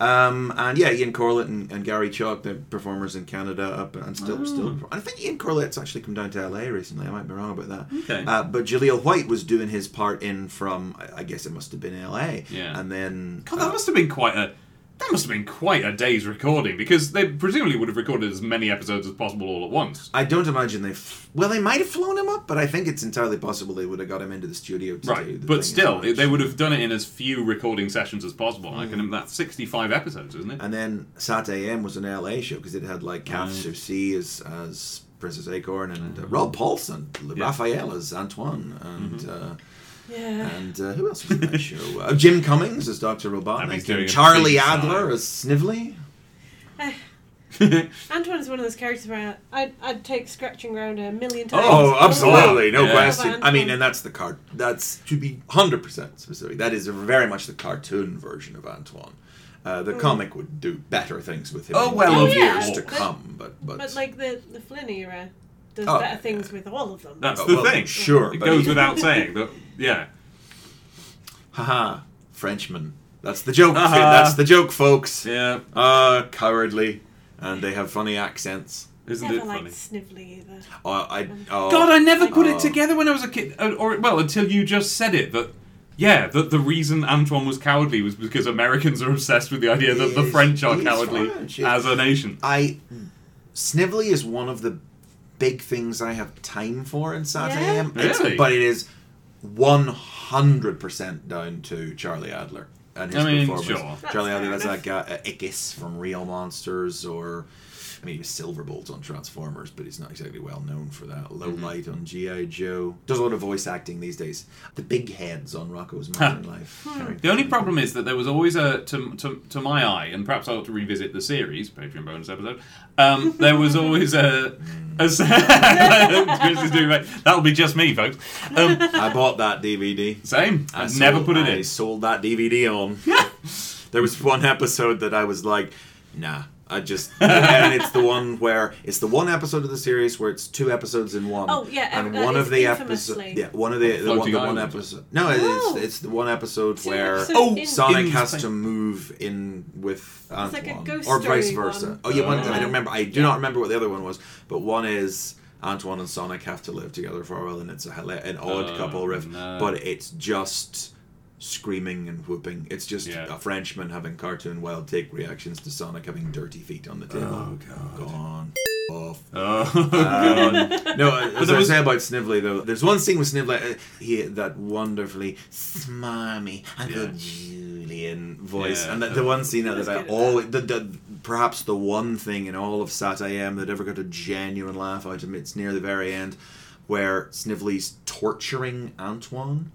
Speaker 2: Um, and yeah, Ian Corlett and, and Gary Chalk, the performers in Canada, up and still
Speaker 1: Ah.
Speaker 2: still. I think Ian Corlett's actually come down to LA recently. I might be wrong about that.
Speaker 1: Okay.
Speaker 2: Uh, but Jaleel White was doing his part in from I- I guess it must have been LA.
Speaker 1: Yeah.
Speaker 2: And then uh,
Speaker 1: God, that must have been quite a that must have been quite a day's recording because they presumably would have recorded as many episodes as possible all at once.
Speaker 2: I don't imagine they. F- well, they might have flown him up, but I think it's entirely possible they would have got him into the studio. To do
Speaker 1: Right,
Speaker 2: the
Speaker 1: but
Speaker 2: thing
Speaker 1: still,
Speaker 2: as much.
Speaker 1: they would have done it in as few recording sessions as possible. I
Speaker 2: Hmm.
Speaker 1: can that's sixty-five episodes, isn't it?
Speaker 2: And then Sat AM was an LA show because it had like Kath Souci as as Princess Acorn and
Speaker 1: Mm-hmm.
Speaker 2: uh, Rob Paulson, Raphael as Antoine, and. Uh,
Speaker 3: Yeah.
Speaker 2: And uh, who else was in that show? Uh, Jim Cummings as Dr. Robotnik.
Speaker 1: doing a
Speaker 2: and Charlie
Speaker 1: big
Speaker 2: Adler
Speaker 1: sigh.
Speaker 2: as Snively. Uh,
Speaker 3: Antoine's one of those characters where I'd, I'd take Scratch and Grounder a million times.
Speaker 1: Oh, absolutely,
Speaker 2: no
Speaker 1: Yeah.
Speaker 2: question. I mean,
Speaker 3: Antoine.
Speaker 2: and that's the card. That's to be hundred percent specific. That is very much the cartoon version of Antoine. Uh, the comic would do better things with him.
Speaker 1: Oh,
Speaker 2: in
Speaker 1: well,
Speaker 3: of
Speaker 2: years
Speaker 3: course.
Speaker 2: to
Speaker 3: But-
Speaker 2: come, but but,
Speaker 3: But like the, the Flynn era does
Speaker 2: Oh,
Speaker 3: better
Speaker 2: yeah.
Speaker 3: things with all of them.
Speaker 1: that's
Speaker 2: Oh,
Speaker 1: the
Speaker 2: well,
Speaker 1: thing.
Speaker 2: sure,
Speaker 1: it
Speaker 2: but
Speaker 1: goes
Speaker 2: he-
Speaker 1: without saying that. Yeah,
Speaker 2: haha, Frenchman. That's the joke.
Speaker 1: Uh-huh.
Speaker 2: That's the joke, folks.
Speaker 1: yeah,
Speaker 2: Uh, cowardly, and they have funny accents.
Speaker 1: isn't
Speaker 3: Never
Speaker 1: it funny?
Speaker 3: liked Snively either.
Speaker 2: Oh, I, oh,
Speaker 1: God, I never put it
Speaker 2: Oh.
Speaker 1: together when I was a kid, Uh, or well, until you just said it that. Yeah, that the reason Antoine was cowardly was because Americans are obsessed with the idea that the
Speaker 2: He's-
Speaker 1: French are
Speaker 2: he's
Speaker 1: cowardly
Speaker 2: French.
Speaker 1: as a nation.
Speaker 2: I Snively is one of the big things I have time for in Saturday
Speaker 3: Yeah?
Speaker 2: AM. It's-
Speaker 1: Really?
Speaker 2: But it is one hundred percent down to Charlie Adler and his
Speaker 1: I mean,
Speaker 2: performance.
Speaker 1: sure.
Speaker 3: That's
Speaker 2: Charlie Adler,
Speaker 3: fair
Speaker 2: that's like uh, Ickis from Real Monsters, or I mean, he was Silverbolt on Transformers, but he's not exactly well known for that. Low
Speaker 1: Mm-hmm.
Speaker 2: Light on GI Joe does a lot of voice acting these days. The Big Heads on Rocco's Modern Life.
Speaker 3: Hmm.
Speaker 2: Sorry.
Speaker 1: The only problem is that there was always a to, to, to my eye, and perhaps I ought to revisit the series Patreon bonus episode. Um, there was always a. a s- Chris is doing that. That'll be just me, folks. Um,
Speaker 2: I bought that DVD.
Speaker 1: same.
Speaker 2: I
Speaker 1: I've never
Speaker 2: sold-
Speaker 1: put it
Speaker 2: I
Speaker 1: in.
Speaker 2: sold that DVD on. there was one episode that I was like, nah. I just and it's the one where it's the one episode of the series where it's two episodes in one.
Speaker 3: Oh, yeah,
Speaker 2: and
Speaker 3: uh,
Speaker 2: one
Speaker 3: it's
Speaker 2: of the episodes.
Speaker 3: infamously-
Speaker 2: Yeah, one of the, the one,
Speaker 1: Floating
Speaker 2: the one
Speaker 1: Island.
Speaker 2: episode. No, it-
Speaker 3: Oh.
Speaker 2: it's it's the one episode
Speaker 3: Two
Speaker 2: where
Speaker 3: episodes Oh, in-
Speaker 2: Sonic
Speaker 1: in
Speaker 2: has
Speaker 1: space.
Speaker 2: to move in with Antoine
Speaker 3: like a ghost
Speaker 2: or vice
Speaker 3: story
Speaker 2: versa.
Speaker 3: one.
Speaker 2: Oh yeah, one, I
Speaker 1: Yeah.
Speaker 2: don't remember. I do not remember what the other one was, but one is. Antoine and Sonic have to live together for a while, and it's a, hila- an odd
Speaker 1: Oh,
Speaker 2: couple riff.
Speaker 1: no.
Speaker 2: But it's just screaming and whooping. It's just
Speaker 1: Yeah.
Speaker 2: a Frenchman having cartoon wild take reactions to Sonic having dirty feet on the table. Oh god. Gone. Off.
Speaker 1: Oh,
Speaker 2: No, uh, as
Speaker 1: there
Speaker 2: I
Speaker 1: was-
Speaker 2: say about Snively though, there's one scene with Snively, uh, he that wonderfully smarmy Uncle
Speaker 1: Yeah.
Speaker 2: Julian voice,
Speaker 1: Yeah.
Speaker 2: and the, the one scene that,
Speaker 3: That's
Speaker 2: I
Speaker 3: good.
Speaker 2: always, the, the, perhaps the one thing in all of Sat AM that ever got a genuine laugh out of me. It's near the very end where Snively's torturing Antoine,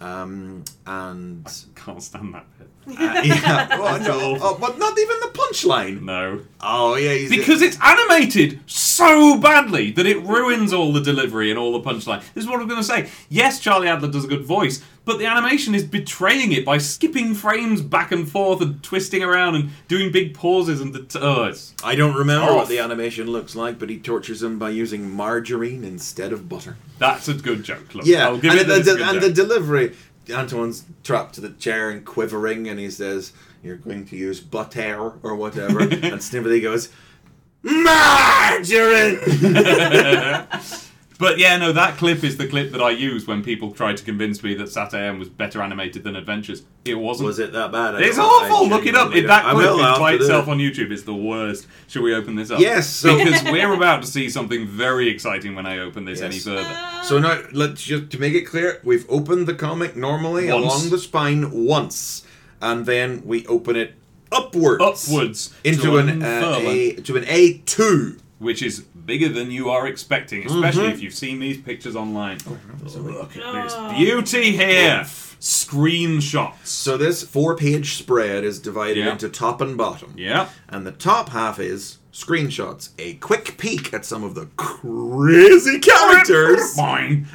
Speaker 2: um, and
Speaker 1: can't stand that bit.
Speaker 2: uh, yeah, well,
Speaker 1: Oh, That's
Speaker 2: no,
Speaker 1: awful.
Speaker 2: oh, but not even the punchline.
Speaker 1: No,
Speaker 2: Oh yeah, he's
Speaker 1: because it's animated. so badly that it ruins all the delivery and all the punchline. This is what I'm going to say. Yes, Charlie Adler does a good voice, but the animation is betraying it by skipping frames back and forth and twisting around and doing big pauses and det- oh, it's
Speaker 2: I don't remember
Speaker 1: Off.
Speaker 2: what the animation looks like, but he tortures him by using margarine instead of butter.
Speaker 1: that's a good joke. Look,
Speaker 2: Yeah,
Speaker 1: I'll give
Speaker 2: and,
Speaker 1: it that it's
Speaker 2: the,
Speaker 1: a
Speaker 2: the-
Speaker 1: good
Speaker 2: and
Speaker 1: joke.
Speaker 2: the delivery. Antoine's trapped to the chair and quivering, and he says, "You're going to use butter or whatever." and Snivelly goes, "Margarine."
Speaker 1: But yeah, no, that clip is the clip that I used when people tried to convince me that Saturn was better animated than Adventures. It wasn't.
Speaker 2: Was it that bad? I
Speaker 1: It's
Speaker 2: don't know. I
Speaker 1: awful. Look it up.
Speaker 2: genuinely
Speaker 1: It, that
Speaker 2: don't- I
Speaker 1: clip
Speaker 2: will
Speaker 1: is by
Speaker 2: after
Speaker 1: itself
Speaker 2: this.
Speaker 1: on YouTube. It's the worst. Should we open this up?
Speaker 2: Yes, so-
Speaker 1: because we're about to see something very exciting when I open this any
Speaker 2: Yes.
Speaker 1: further.
Speaker 3: Um,
Speaker 2: So now, let's just to make it clear, we've opened the comic normally
Speaker 1: Once.
Speaker 2: along the spine once, and then we open it upwards,
Speaker 1: Upwards
Speaker 2: into
Speaker 1: to
Speaker 2: an uh,
Speaker 1: unfurl.
Speaker 2: a to an A two.
Speaker 1: Which is bigger than you are expecting, especially
Speaker 2: Mm-hmm.
Speaker 1: if you've seen these pictures online.
Speaker 2: Oh,
Speaker 1: Look at this
Speaker 3: Oh.
Speaker 1: beauty here. Screenshots.
Speaker 2: So this four-page spread is divided
Speaker 1: Yeah.
Speaker 2: into top and bottom.
Speaker 1: Yeah.
Speaker 2: And the top half is screenshots, a quick peek at some of the crazy characters
Speaker 1: Mine.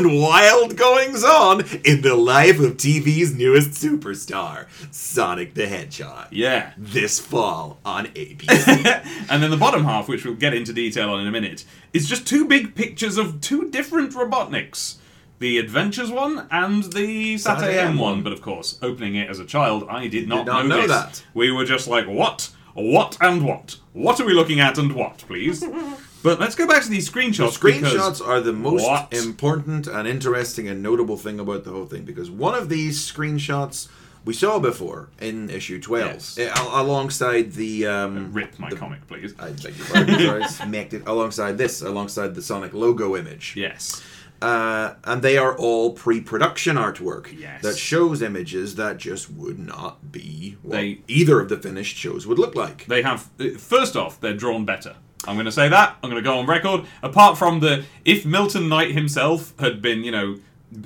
Speaker 2: and wild goings on in the life of TV's newest superstar, Sonic the Hedgehog.
Speaker 1: Yeah.
Speaker 2: This fall on ABC.
Speaker 1: and then the bottom half, which we'll get into detail on in a minute, is just two big pictures of two different Robotniks. The Adventures one and the Sat
Speaker 2: Sat
Speaker 1: AM
Speaker 2: AM
Speaker 1: one,
Speaker 2: one.
Speaker 1: but of course, opening it as a child, I did not,
Speaker 2: not know
Speaker 1: this.
Speaker 2: that.
Speaker 1: We were just like, what? What and what? What are we looking at and what, please? but let's go back to these screenshots. because-
Speaker 2: Screenshots are the most
Speaker 1: What?
Speaker 2: important and interesting and notable thing about the whole thing because one of these screenshots we saw before in issue 12
Speaker 1: Yes. Uh,
Speaker 2: eh, al- alongside the. Um,
Speaker 1: Rip my comic, please.
Speaker 2: I beg your pardon, sorry, smacked it alongside this, alongside the Sonic logo image.
Speaker 1: yes.
Speaker 2: Uh, and they are all pre-production artwork
Speaker 1: Yes.
Speaker 2: that shows images that just would not be what
Speaker 1: They-
Speaker 2: either of the finished shows would look like.
Speaker 1: They have first off, they're drawn better. I'm going to say that. I'm going to go on record. Apart from the if Milton Knight himself had been, you know,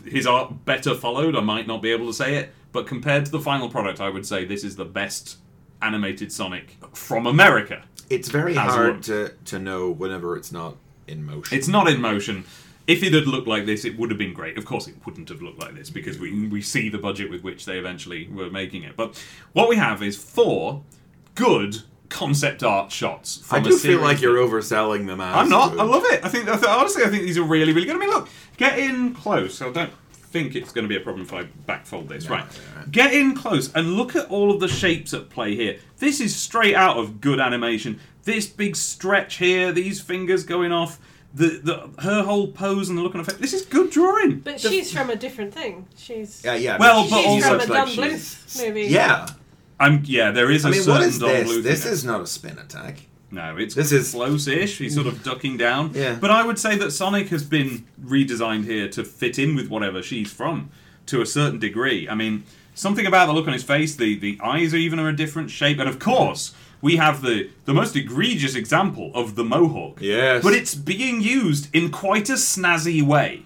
Speaker 1: his art better followed, I might not be able to say it. But compared to the final product, I would say this is the best animated Sonic from America.
Speaker 2: It's very
Speaker 1: Has
Speaker 2: hard
Speaker 1: looked.
Speaker 2: to, to know whenever it's not in motion.
Speaker 1: It's not in motion. If it had looked like this, it would have been great. Of course, it wouldn't have looked like this because we we see the budget with which they eventually were making it. But what we have is four good concept art shots. From
Speaker 2: I
Speaker 1: a
Speaker 2: do feel
Speaker 1: series
Speaker 2: like
Speaker 1: that-
Speaker 2: you're overselling them. As
Speaker 1: I'm not.
Speaker 2: good.
Speaker 1: I love it. I think I th- honestly, I think these are really, really good. I mean, look, get in close. I don't think it's going to be a problem if I backfold this. right, get in close and look at all of the shapes at play here. This is straight out of good animation. This big stretch here, these fingers going off, the, the her whole pose and the look on her face. This is good drawing.
Speaker 3: But
Speaker 1: The-
Speaker 3: she's from a different thing. She's.
Speaker 2: Yeah, yeah. I mean,
Speaker 1: Well,
Speaker 2: she-
Speaker 1: but
Speaker 3: she's
Speaker 2: she
Speaker 1: also-
Speaker 3: from
Speaker 2: looks
Speaker 3: a
Speaker 2: like
Speaker 3: Don
Speaker 2: she's-
Speaker 3: Bluth movie.
Speaker 2: Yeah.
Speaker 1: I'm yeah. There is a
Speaker 2: I mean,
Speaker 1: certain
Speaker 2: what is
Speaker 1: Don
Speaker 2: this?
Speaker 1: Bluth
Speaker 2: This
Speaker 1: in it.
Speaker 2: is not a spin attack.
Speaker 1: No, it's
Speaker 2: This is- Mm.
Speaker 1: close-ish. He's sort of ducking down.
Speaker 2: Yeah.
Speaker 1: But I would say that Sonic has been redesigned here to fit in with whatever she's from, to a certain degree. I mean, something about the look on his face, the the eyes are even are a different shape, and of course we have the the most egregious example of the mohawk.
Speaker 2: Yes.
Speaker 1: But it's being used in quite a snazzy way.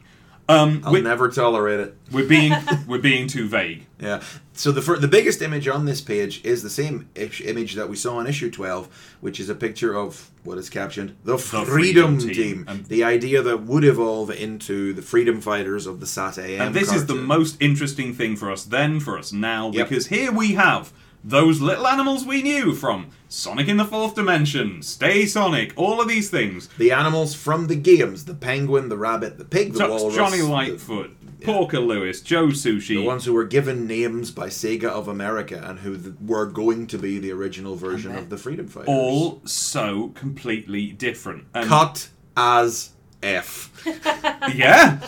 Speaker 1: Um,
Speaker 2: I'll
Speaker 1: we-
Speaker 2: never tolerate it.
Speaker 1: we're being we're being too vague.
Speaker 2: Yeah. So the fir- the biggest image on this page is the same ish- image that we saw in issue 12, which is a picture of what is captioned the, Freedom,
Speaker 1: Freedom
Speaker 2: Team.
Speaker 1: Team. And-
Speaker 2: the idea that would evolve into the Freedom Fighters of the Sat AM.
Speaker 1: And this is the
Speaker 2: cartoon.
Speaker 1: most interesting thing for us then, for us now,
Speaker 2: Yep.
Speaker 1: because here we have those little animals we knew from Sonic in the Fourth Dimension, Stay Sonic, all of these things.
Speaker 2: The animals from the games: the penguin, the rabbit, the pig, the
Speaker 1: Such
Speaker 2: walrus,
Speaker 1: Johnny
Speaker 2: the-
Speaker 1: Lightfoot, Porker Lewis, Joe Sushi.
Speaker 2: The ones who were given names by Sega of America and who th- were going to be the original version of the Freedom Fighters.
Speaker 1: all so completely different. Um, And
Speaker 2: cut as F.
Speaker 1: Yeah.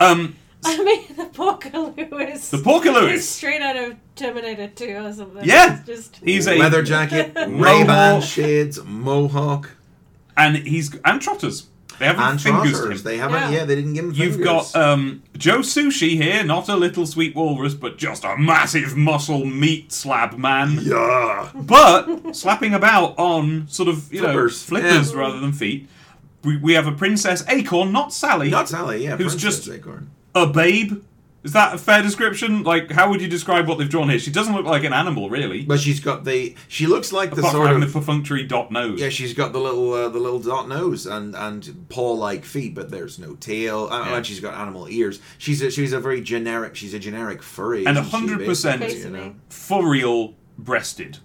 Speaker 1: Um,
Speaker 3: I mean, the Porker Lewis.
Speaker 1: the Porker
Speaker 3: He's
Speaker 1: Lewis.
Speaker 3: straight out of Terminator 2 or something.
Speaker 1: Yeah.
Speaker 3: It's just.
Speaker 1: He's a
Speaker 2: Leather jacket, Ray Ban
Speaker 1: Mohawk.
Speaker 2: shades, mohawk,
Speaker 1: and he's and Trotters. They haven't
Speaker 2: and
Speaker 1: fingers him.
Speaker 2: trotters. They haven't.
Speaker 3: Yeah.
Speaker 2: Yeah, they didn't give him.
Speaker 1: You've
Speaker 2: fingers.
Speaker 1: got um, Joe Sushi here, not a little sweet walrus, but just a massive muscle meat slab man.
Speaker 2: yeah.
Speaker 1: But slapping about on sort of you
Speaker 2: Flippers.
Speaker 1: know flippers
Speaker 2: Yeah.
Speaker 1: rather than feet. We, we have a princess acorn, not Sally,
Speaker 2: Not Sally. Yeah,
Speaker 1: Who's
Speaker 2: Princess
Speaker 1: just-
Speaker 2: Acorn.
Speaker 1: a babe Is that a fair description? Like, how would you describe what they've drawn here? She doesn't look like an animal, really.
Speaker 2: But she's got the. She looks like the
Speaker 1: Apart from
Speaker 2: sort
Speaker 1: having
Speaker 2: of.
Speaker 1: the perfunctory dot nose.
Speaker 2: Yeah, she's got the little uh, the little dot nose and and paw like feet, but there's no tail. Uh,
Speaker 1: Yeah.
Speaker 2: And she's got animal ears. She's a, she's a very generic. She's a generic furry.
Speaker 1: And
Speaker 2: isn't she,
Speaker 1: 100%
Speaker 2: basically,
Speaker 3: Basically.
Speaker 1: For real, breasted.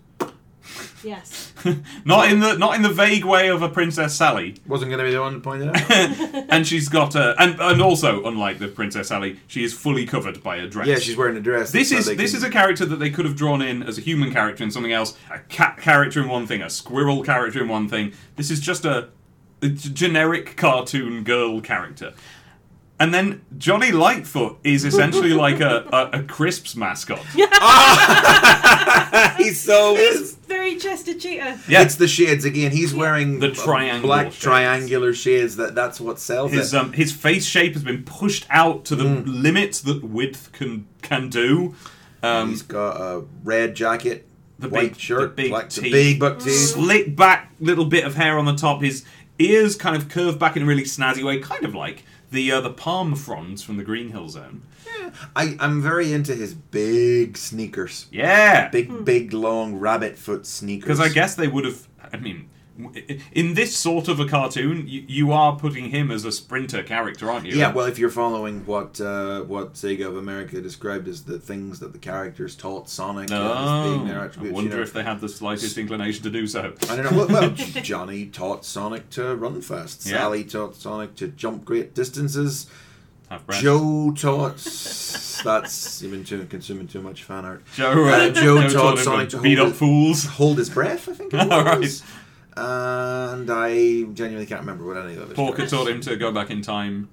Speaker 3: Yes.
Speaker 1: Not in the not in the vague way of a Princess Sally.
Speaker 2: Wasn't going to be the one to point it out.
Speaker 1: And she's got a and and also unlike the Princess Sally, she is fully covered by a dress.
Speaker 2: yeah, she's wearing a dress.
Speaker 1: This
Speaker 2: so
Speaker 1: is
Speaker 2: they
Speaker 1: this
Speaker 2: can-
Speaker 1: is a character that they could have drawn in as a human character in something else, a cat character in one thing, a squirrel character in one thing. This is just a, a g- generic cartoon girl character. And then Johnny Lightfoot is essentially like a, a, a crisps mascot.
Speaker 2: He's so.
Speaker 3: He's very chested cheetah.
Speaker 1: Yeah.
Speaker 2: It's the shades again. He's wearing
Speaker 1: The
Speaker 2: b-
Speaker 1: triangle
Speaker 2: black
Speaker 1: shades.
Speaker 2: triangular shades. That that's what sells
Speaker 1: His
Speaker 2: it.
Speaker 1: um, his face shape has been pushed out to the
Speaker 2: Mm.
Speaker 1: limits that width can can do. Um,
Speaker 2: He's got a red jacket,
Speaker 1: the
Speaker 2: white
Speaker 1: big
Speaker 2: shirt,
Speaker 1: the big
Speaker 2: black,
Speaker 1: teeth,
Speaker 2: the big buck teeth.
Speaker 1: slick back little bit of hair on the top. His ears kind of curve back in a really snazzy way, kind of like the uh, the palm fronds from the Green Hill Zone.
Speaker 2: I I'm very into his big sneakers.
Speaker 1: Yeah,
Speaker 2: Big, big, long rabbit foot sneakers.
Speaker 1: because I guess they would have. I mean. w- i- In this sort of a cartoon, you, you are putting him as a sprinter character, aren't you?
Speaker 2: Yeah, well, if you're following what uh, what Sega of America described as the things that the characters taught Sonic uh, as
Speaker 1: Oh,
Speaker 2: being their
Speaker 1: I
Speaker 2: attributes,
Speaker 1: wonder
Speaker 2: you know.
Speaker 1: if they had the slightest inclination to do so.
Speaker 2: I don't know. Well, well, Johnny taught Sonic to run fast.
Speaker 1: Yeah.
Speaker 2: Sally taught Sonic to jump great distances.
Speaker 1: Have breath.
Speaker 2: Joe taught. that's you've been too, consuming too much fan art.
Speaker 1: Joe,
Speaker 2: Uh, Joe told
Speaker 1: him
Speaker 2: Sonic to
Speaker 1: beat
Speaker 2: hold
Speaker 1: up
Speaker 2: it.
Speaker 1: fools.
Speaker 2: Hold his breath, I think. It
Speaker 1: All right.
Speaker 2: was. And I genuinely can't remember what any of the others.
Speaker 1: Porker
Speaker 2: were.
Speaker 1: told him to go back in time.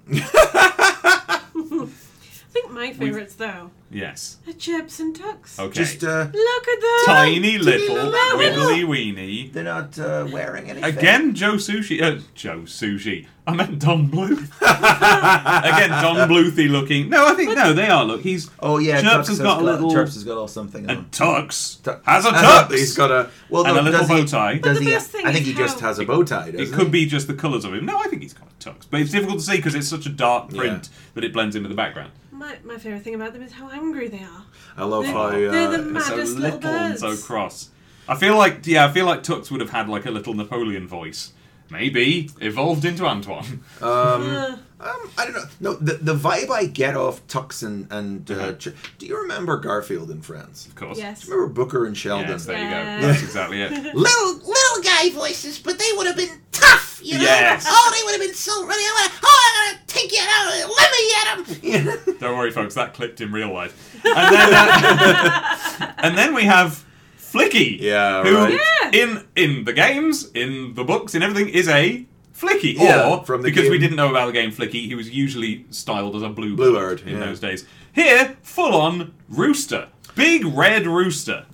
Speaker 3: I think my favourites, though,
Speaker 1: Yes.
Speaker 3: are chips and tucks.
Speaker 1: Okay.
Speaker 2: Just uh,
Speaker 3: Look at them!
Speaker 1: Tiny little
Speaker 2: little-
Speaker 1: wibbly weeny.
Speaker 2: they're not uh, wearing anything.
Speaker 1: Again, Joe Sushi. Uh, Joe Sushi. I meant Don Bluth. Again, Don Bluthy looking. No, I think no, they are. Look, he's
Speaker 2: Oh yeah,
Speaker 1: Chirps
Speaker 2: Tux
Speaker 1: has got a little-
Speaker 2: Chirps has got all something. on.
Speaker 1: and Tux
Speaker 2: Tu-
Speaker 1: has a
Speaker 2: and
Speaker 1: tux.
Speaker 2: a- He's got a well,
Speaker 1: and
Speaker 2: no,
Speaker 1: a little
Speaker 2: does he-
Speaker 1: bow tie.
Speaker 2: Does
Speaker 3: the
Speaker 2: he?
Speaker 3: best thing
Speaker 2: I think
Speaker 3: is
Speaker 2: he just
Speaker 3: how-
Speaker 2: has a bow tie.
Speaker 1: It
Speaker 2: doesn't
Speaker 1: could
Speaker 2: he?
Speaker 1: be just the colours of him. No, I think he's got a tux, but it's difficult to see because it's such a dark print that it blends into the background.
Speaker 3: My, my favourite thing about them is how angry they are.
Speaker 2: I love
Speaker 3: They're-
Speaker 2: how.
Speaker 3: they're
Speaker 2: uh,
Speaker 3: the
Speaker 1: They're so
Speaker 3: Maddest
Speaker 1: little,
Speaker 3: little
Speaker 1: and so
Speaker 3: birds.
Speaker 1: cross. I feel like yeah, I feel like Tux would have had like a little Napoleon voice. Maybe evolved into Antoine.
Speaker 3: Uh,
Speaker 2: um, I don't know. No, the, the vibe I get off Tux and and uh,
Speaker 1: Mhm.
Speaker 2: Chir- do you remember Garfield and Friends?
Speaker 1: Of course.
Speaker 3: yes.
Speaker 2: Remember Booker and Sheldon?
Speaker 1: Yes, there
Speaker 3: Yeah.
Speaker 1: you go. That's exactly it.
Speaker 5: little little guy voices, but they would have been tough, you know.
Speaker 1: Yes.
Speaker 5: Oh, they would have been so ready. I would have, oh, I'm gonna take you out, let me at him.
Speaker 1: Don't worry, folks. That clipped in real life. And then, uh, and then we have Flicky.
Speaker 2: Yeah,
Speaker 1: Who
Speaker 2: right.
Speaker 1: in in the games, in the books, in everything is a Flicky.
Speaker 2: Yeah,
Speaker 1: or
Speaker 2: from the
Speaker 1: because we
Speaker 2: game-
Speaker 1: didn't know about the game Flicky, he was usually styled as a blue
Speaker 2: Bluebird,
Speaker 1: in
Speaker 2: yeah.
Speaker 1: those days. Here, full on rooster, big red rooster.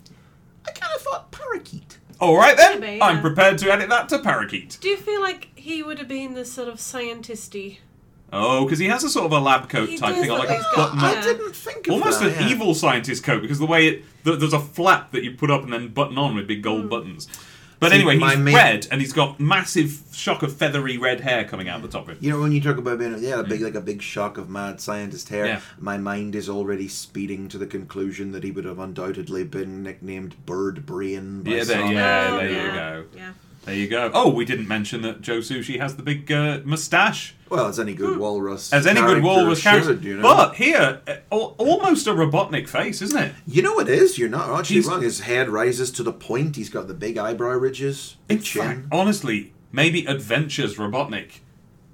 Speaker 2: I kind of thought parakeet.
Speaker 1: All right then,
Speaker 3: Maybe, yeah.
Speaker 1: I'm prepared to edit that to parakeet.
Speaker 3: Do you feel like he would have been the sort of scientisty?
Speaker 1: Oh, because he has a sort of a lab coat
Speaker 3: He
Speaker 1: type
Speaker 3: does
Speaker 1: thing on,
Speaker 3: look
Speaker 1: like a
Speaker 3: like he's
Speaker 1: button
Speaker 3: got-
Speaker 1: up
Speaker 2: I
Speaker 3: Yeah.
Speaker 2: didn't think of
Speaker 1: almost
Speaker 2: that,
Speaker 1: an
Speaker 2: yeah.
Speaker 1: evil scientist coat because the way it th- there's a flap that you put up and then button on with big
Speaker 2: Hmm.
Speaker 1: gold buttons. But
Speaker 2: See,
Speaker 1: anyway,
Speaker 2: my
Speaker 1: he's
Speaker 2: main-
Speaker 1: red and he's got massive shock of feathery red hair coming out the top of him.
Speaker 2: You know when you talk about being yeah, a big like a big shock of mad scientist hair.
Speaker 1: Yeah.
Speaker 2: My mind is already speeding to the conclusion that he would have undoubtedly been nicknamed Bird Brain. By
Speaker 1: Yeah, there-
Speaker 2: some-
Speaker 1: yeah,
Speaker 3: Oh,
Speaker 1: there you
Speaker 3: yeah.
Speaker 1: go.
Speaker 3: Yeah.
Speaker 1: There you go. Oh, we didn't mention that Joe Sushi has the big uh, mustache,
Speaker 2: Well, as any good walrus,
Speaker 1: as any good walrus character.
Speaker 2: should, you know.
Speaker 1: But here, uh, al- almost a Robotnik face, isn't it?
Speaker 2: You know it is. You're not actually
Speaker 1: He's-
Speaker 2: wrong. His head rises to the point. He's got the big eyebrow ridges,
Speaker 1: In fact,
Speaker 2: big chin.
Speaker 1: honestly, maybe Adventures Robotnik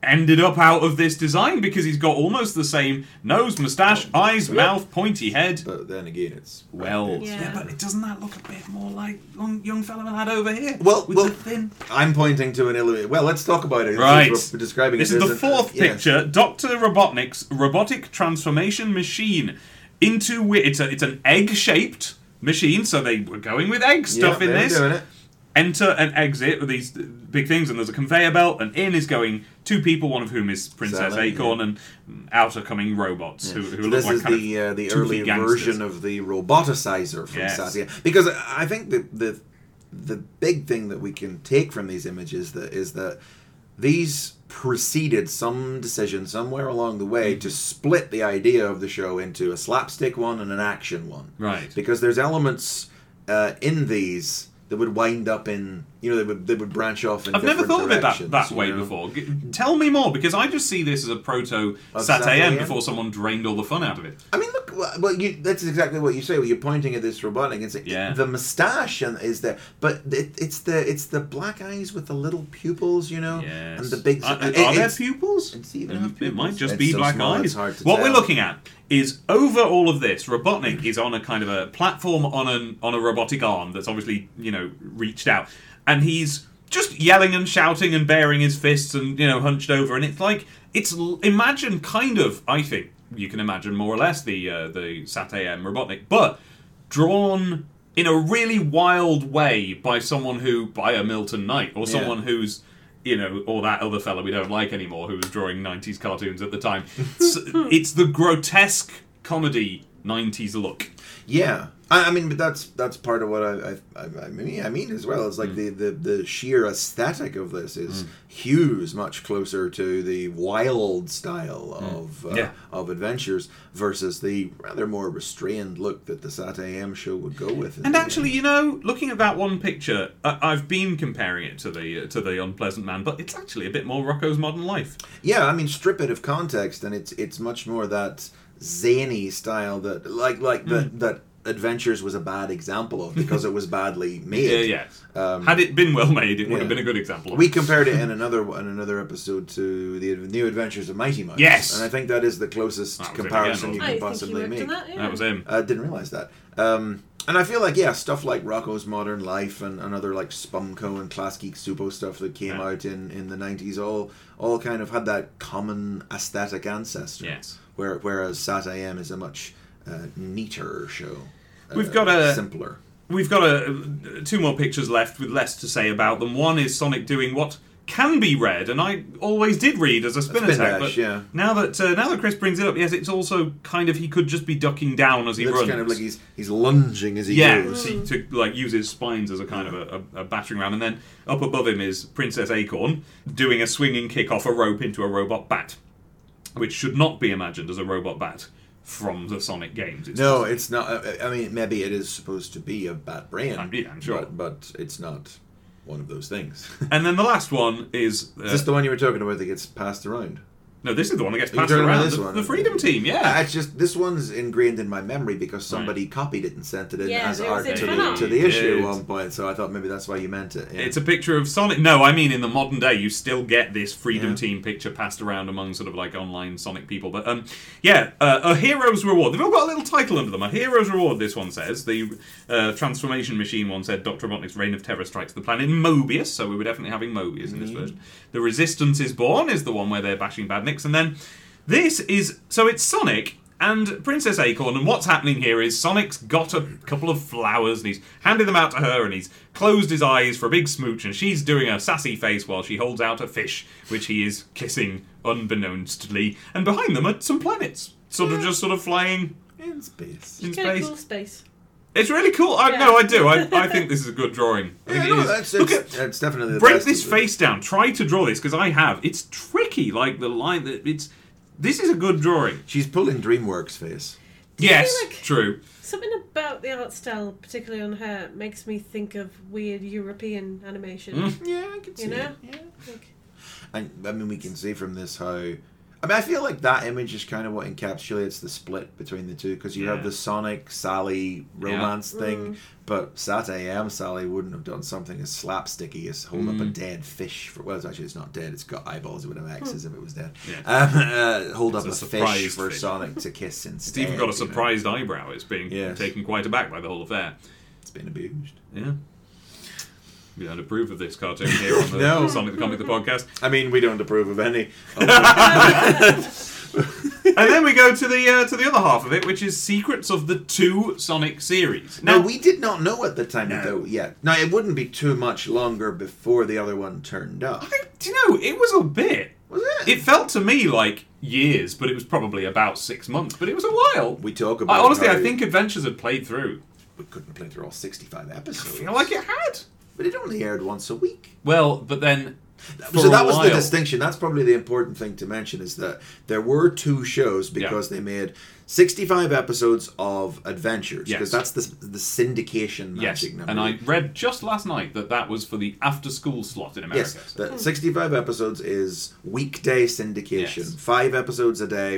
Speaker 1: ended up out of this design because he's got almost the same nose, mustache,
Speaker 2: Oh,
Speaker 1: eyes, mouth, pointy head.
Speaker 2: But then again, it's
Speaker 1: Well,
Speaker 2: it's-
Speaker 3: Yeah.
Speaker 1: but it doesn't that look a bit more like long, young fella we had over here?
Speaker 2: Well,
Speaker 1: with
Speaker 2: well-
Speaker 1: the thin.
Speaker 2: I'm pointing to an illustrator. Well, let's talk about it.
Speaker 1: Right.
Speaker 2: We're describing
Speaker 1: This
Speaker 2: it
Speaker 1: is the
Speaker 2: as an- uh,
Speaker 1: fourth
Speaker 2: yes.
Speaker 1: picture. Doctor Robotnik's robotic transformation machine into which it's a, it's an egg-shaped machine. So they were going with egg
Speaker 2: Yeah,
Speaker 1: stuff in
Speaker 2: they're
Speaker 1: this.
Speaker 2: doing it.
Speaker 1: enter and exit with these uh, big things, and there's a conveyor belt, and in is going two people, one of whom is Princess
Speaker 2: Sally,
Speaker 1: Acorn, and out are coming robots who, who
Speaker 2: So
Speaker 1: look
Speaker 2: this
Speaker 1: like
Speaker 2: is
Speaker 1: kind
Speaker 2: the
Speaker 1: of
Speaker 2: uh, the
Speaker 1: toothy
Speaker 2: early
Speaker 1: gangsters.
Speaker 2: version of the roboticizer from
Speaker 1: Yes.
Speaker 2: Satia. Because I think the the the big thing that we can take from these images that is that these preceded some decision somewhere along the way
Speaker 1: Mm-hmm.
Speaker 2: to split the idea of the show into a slapstick one and an action one.
Speaker 1: Right.
Speaker 2: Because there's elements uh, in these that would wind up in you know they would they would branch off in
Speaker 1: I've never
Speaker 2: different
Speaker 1: thought of it that,
Speaker 2: directions,
Speaker 1: that
Speaker 2: you
Speaker 1: way
Speaker 2: know?
Speaker 1: before. G- tell me more, because I just see this as a proto
Speaker 2: Of
Speaker 1: Sat
Speaker 2: Sat
Speaker 1: AM
Speaker 2: AM?
Speaker 1: before someone drained all the fun out of it.
Speaker 2: I mean, look. well, Well, you, that's exactly what you say. Well, you're pointing at this robotic. It's
Speaker 1: Yeah.
Speaker 2: the moustache and is there, but it, it's the it's the black eyes with the little pupils, you know,
Speaker 1: Yes. Uh, oh,
Speaker 2: and the big.
Speaker 1: Are, are
Speaker 2: it-
Speaker 1: there
Speaker 2: it's-
Speaker 1: pupils?
Speaker 2: it's even
Speaker 1: Um,
Speaker 2: have
Speaker 1: It
Speaker 2: pupils.
Speaker 1: might just
Speaker 2: It's
Speaker 1: be
Speaker 2: so
Speaker 1: black
Speaker 2: small,
Speaker 1: eyes.
Speaker 2: it's hard to
Speaker 1: what we're
Speaker 2: tell.
Speaker 1: looking at is over all of this, Robotnik is on a kind of a platform on an on a robotic arm that's obviously you know reached out, and he's just yelling and shouting and baring his fists and you know hunched over, and it's like it's l- imagine kind of I think you can imagine more or less the uh, the Sat AM Robotnik, but drawn. In a really wild way by someone who, by a Milton Knight or someone who's you know, or that other fella we don't like anymore who was drawing 90s cartoons at the time. S it's the grotesque comedy 90s look.
Speaker 2: Yeah, I, I mean, but that's that's part of what I I, I, I mean. I mean as well. It's
Speaker 1: Hmm.
Speaker 2: like the, the the sheer aesthetic of this is hues much closer to the wild style of uh,
Speaker 1: Hmm. Yeah.
Speaker 2: of adventures versus the rather more restrained look that the Sat AM show would go with. in
Speaker 1: And
Speaker 2: the
Speaker 1: actually, you know, looking at that one picture, I- I've been comparing it to the to the Unpleasant Man, but it's actually a bit more Rocco's Modern Life.
Speaker 2: Yeah, I mean, strip it of context, and it's it's much more that zany style that like like
Speaker 1: Mm.
Speaker 2: that that Adventures was a bad example of because it was badly made.
Speaker 1: Yeah, yes. Had it been well made, it would have
Speaker 2: Um, yeah.
Speaker 1: been a good example. Of
Speaker 2: We
Speaker 1: it.
Speaker 2: compared it in another in another episode to the New Adventures of Mighty Mouse.
Speaker 1: Yes.
Speaker 2: and I think that is the closest
Speaker 1: That was it
Speaker 2: comparison
Speaker 1: again,
Speaker 2: you
Speaker 1: wasn't
Speaker 2: can
Speaker 3: I think he
Speaker 2: possibly
Speaker 3: worked
Speaker 2: make.
Speaker 3: on that. Yeah.
Speaker 1: That was him.
Speaker 2: I Uh, didn't realize that. Um, and I feel like yeah, stuff like Rocco's Modern Life and, and other like Spumco and Class Geek Supo stuff that came
Speaker 1: Yeah.
Speaker 2: out in, in the nineties all all kind of had that common aesthetic ancestor.
Speaker 1: Yes.
Speaker 2: Where, whereas Sat AM is a much uh, neater show. uh,
Speaker 1: We've got a-
Speaker 2: simpler.
Speaker 1: We've got a, two more pictures left with less to say about them. One is Sonic doing what can be read, and I always did read as a spin,
Speaker 2: spin
Speaker 1: attack.
Speaker 2: dash,
Speaker 1: but
Speaker 2: yeah.
Speaker 1: now that uh, now that Chris brings it up, yes, it's also kind of he could just be ducking down as he
Speaker 2: It's
Speaker 1: runs.
Speaker 2: kind of like he's he's lunging as he
Speaker 1: yeah,
Speaker 2: goes.
Speaker 1: so he- to like use his spines as a kind of a, a, a battering ram, and then up above him is Princess Acorn doing a swinging kick off a rope into a robot bat, which should not be imagined as a robot bat from the Sonic games. It's
Speaker 2: No, it's not. uh, I- I mean, maybe it is supposed to be a bat brand.
Speaker 1: I'm- yeah, I'm sure. Uh,
Speaker 2: But, but it's not one of those things.
Speaker 1: And then the last one is uh,
Speaker 2: is this the one you were talking about that gets passed around?
Speaker 1: No, this is the one that gets
Speaker 2: Are you
Speaker 1: passed
Speaker 2: talking about
Speaker 1: around.
Speaker 2: this
Speaker 1: The,
Speaker 2: one?
Speaker 1: the Freedom Team,
Speaker 2: Uh,
Speaker 1: yeah.
Speaker 2: It's just this one's ingrained in my memory because somebody copied it and sent it in
Speaker 3: Yeah,
Speaker 2: as
Speaker 3: it was
Speaker 2: art
Speaker 3: in
Speaker 2: to
Speaker 3: fan
Speaker 2: the,
Speaker 3: art.
Speaker 2: to the issue at
Speaker 1: Dude.
Speaker 2: one point. So I thought maybe that's why you meant it. Yeah.
Speaker 1: It's a picture of Sonic. No, I mean in the modern day, you still get this Freedom
Speaker 2: Yeah.
Speaker 1: Team picture passed around among sort of like online Sonic people. But um, yeah, uh, a hero's reward. They've all got a little title under them. A hero's reward. This one says the uh, transformation machine. One said Doctor Robotnik's reign of terror strikes the planet Mobius. So we were definitely having Mobius in this
Speaker 2: Mm-hmm.
Speaker 1: version. The Resistance is born is the one where they're bashing badniks, and then this is so it's Sonic and Princess Acorn, and what's happening here is Sonic's got a couple of flowers and he's handed them out to her and he's closed his eyes for a big smooch and she's doing a sassy face while she holds out a fish, which he is kissing unbeknownstly. And behind them are some planets, sort
Speaker 2: Mm.
Speaker 1: of just sort of flying
Speaker 2: in space.
Speaker 1: in
Speaker 3: It's kind
Speaker 1: space.
Speaker 3: of cool space.
Speaker 1: It's really cool. I,
Speaker 3: Yeah.
Speaker 1: No, I do. I, I think this is a good drawing. I think
Speaker 2: Yeah,
Speaker 1: it
Speaker 2: no,
Speaker 1: is.
Speaker 2: that's,
Speaker 1: Look
Speaker 2: it's,
Speaker 1: at,
Speaker 2: it's definitely the
Speaker 1: break
Speaker 2: best
Speaker 1: this
Speaker 2: of it.
Speaker 1: face down. Try to draw this because I have. It's tricky. Like the line that it's. This is a good drawing.
Speaker 2: She's pulling DreamWorks face.
Speaker 1: Yes,
Speaker 3: like-
Speaker 1: true.
Speaker 3: Something about the art style, particularly on her, makes me think of weird European animation.
Speaker 1: Hmm.
Speaker 2: Yeah, I can see
Speaker 3: You know?
Speaker 2: it.
Speaker 3: Like,
Speaker 2: And I mean, we can see from this how. I mean, I feel like that image is kind of what encapsulates the split between the two because you
Speaker 1: Yeah.
Speaker 2: have the Sonic Sally romance thing, but Sat AM Sally wouldn't have done something as slapsticky as hold up
Speaker 1: Mm.
Speaker 2: a dead fish for. Well, it's actually, it's not dead; it's got eyeballs. It would have X's if it was dead. Um, uh, hold up
Speaker 1: It's a
Speaker 2: a,
Speaker 1: surprise
Speaker 2: fish for
Speaker 1: fish.
Speaker 2: Sonic to kiss instead.
Speaker 1: It's even got
Speaker 2: you know.
Speaker 1: a surprised eyebrow. It's being
Speaker 2: Yes.
Speaker 1: taken quite aback by the whole affair.
Speaker 2: It's been abused.
Speaker 1: Yeah. We don't approve of this cartoon here on the
Speaker 2: No.
Speaker 1: Sonic the Comic the podcast.
Speaker 2: I mean, we don't approve of any.
Speaker 1: And then we go to the uh, to the other half of it, which is secrets of the two Sonic series.
Speaker 2: No,
Speaker 1: Now
Speaker 2: we did not know at the time though yet. Now it wouldn't be too much longer before the other one turned up.
Speaker 1: do you know it was a bit.
Speaker 2: Was it?
Speaker 1: It felt to me like years, but it was probably about six months. But it was a while.
Speaker 2: We talk
Speaker 1: I,
Speaker 2: about
Speaker 1: honestly, I
Speaker 2: how
Speaker 1: think Adventures had played through.
Speaker 2: we couldn't play through all sixty-five
Speaker 1: I
Speaker 2: episodes.
Speaker 1: feel like it had.
Speaker 2: but it only aired once a week.
Speaker 1: Well, but then
Speaker 2: so
Speaker 1: a
Speaker 2: that was the
Speaker 1: while.
Speaker 2: distinction. That's probably the important thing to mention is that there were two shows because they made 65 episodes of adventures
Speaker 1: Yes.
Speaker 2: because that's the, the syndication
Speaker 1: Yes,
Speaker 2: magic number.
Speaker 1: and I read just last night that that was for the after-school slot in America.
Speaker 2: Yes, the 65 episodes is weekday syndication.
Speaker 1: Yes.
Speaker 2: Five episodes a day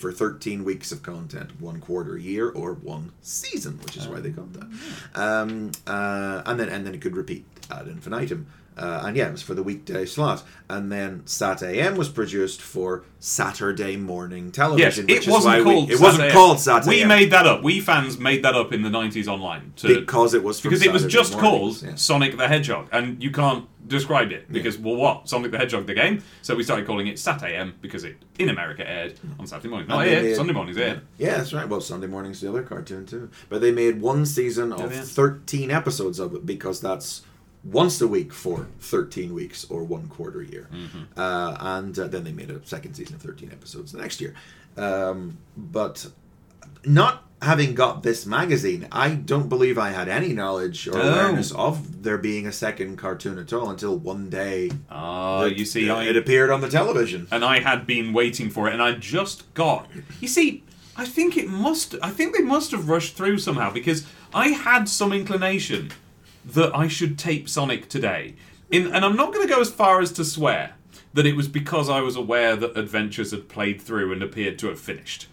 Speaker 2: for 13 weeks of content, one quarter a year or one season, which is why they got that.
Speaker 1: Oh,
Speaker 2: Um, uh, and then and then it could repeat ad infinitum. Uh, and yeah, it was for the weekday slot. And then Sat AM was produced for Saturday morning
Speaker 1: Yes,
Speaker 2: television.
Speaker 1: it
Speaker 2: which
Speaker 1: wasn't
Speaker 2: is why
Speaker 1: called.
Speaker 2: We, it wasn't
Speaker 1: Sat
Speaker 2: called
Speaker 1: AM.
Speaker 2: Sat
Speaker 1: We
Speaker 2: AM
Speaker 1: made that up. We fans made that up in the '90s online to,
Speaker 2: because it was from
Speaker 1: because it was
Speaker 2: Saturday
Speaker 1: just
Speaker 2: mornings,
Speaker 1: called
Speaker 2: yeah.
Speaker 1: Sonic the Hedgehog, and you can't describe it because well, what Sonic the Hedgehog the game? So we started calling it Sat AM because it in America aired on Saturday morning, not
Speaker 2: And they
Speaker 1: here,
Speaker 2: made-
Speaker 1: Sunday mornings aired.
Speaker 2: Yeah, that's right. Well, Sunday morning's the other cartoon too. But they made one season of
Speaker 1: Oh, yeah.
Speaker 2: thirteen episodes of it because that's once a week for thirteen weeks or one quarter year.
Speaker 1: Mm-hmm.
Speaker 2: Uh, and uh, then they made a second season of thirteen episodes the next year. Um, but not having got this magazine, I don't believe I had any knowledge or
Speaker 1: Oh.
Speaker 2: awareness of there being a second cartoon at all until one day
Speaker 1: Ah,
Speaker 2: it-
Speaker 1: you see,
Speaker 2: it,
Speaker 1: I
Speaker 2: appeared on the television.
Speaker 1: and I had been waiting for it, and I just got. You see, I think it must. I think they must have rushed through somehow because I had some inclination that I should tape Sonic today. In, and I'm not going to go as far as to swear that it was because I was aware that Adventures had played through and appeared to have finished.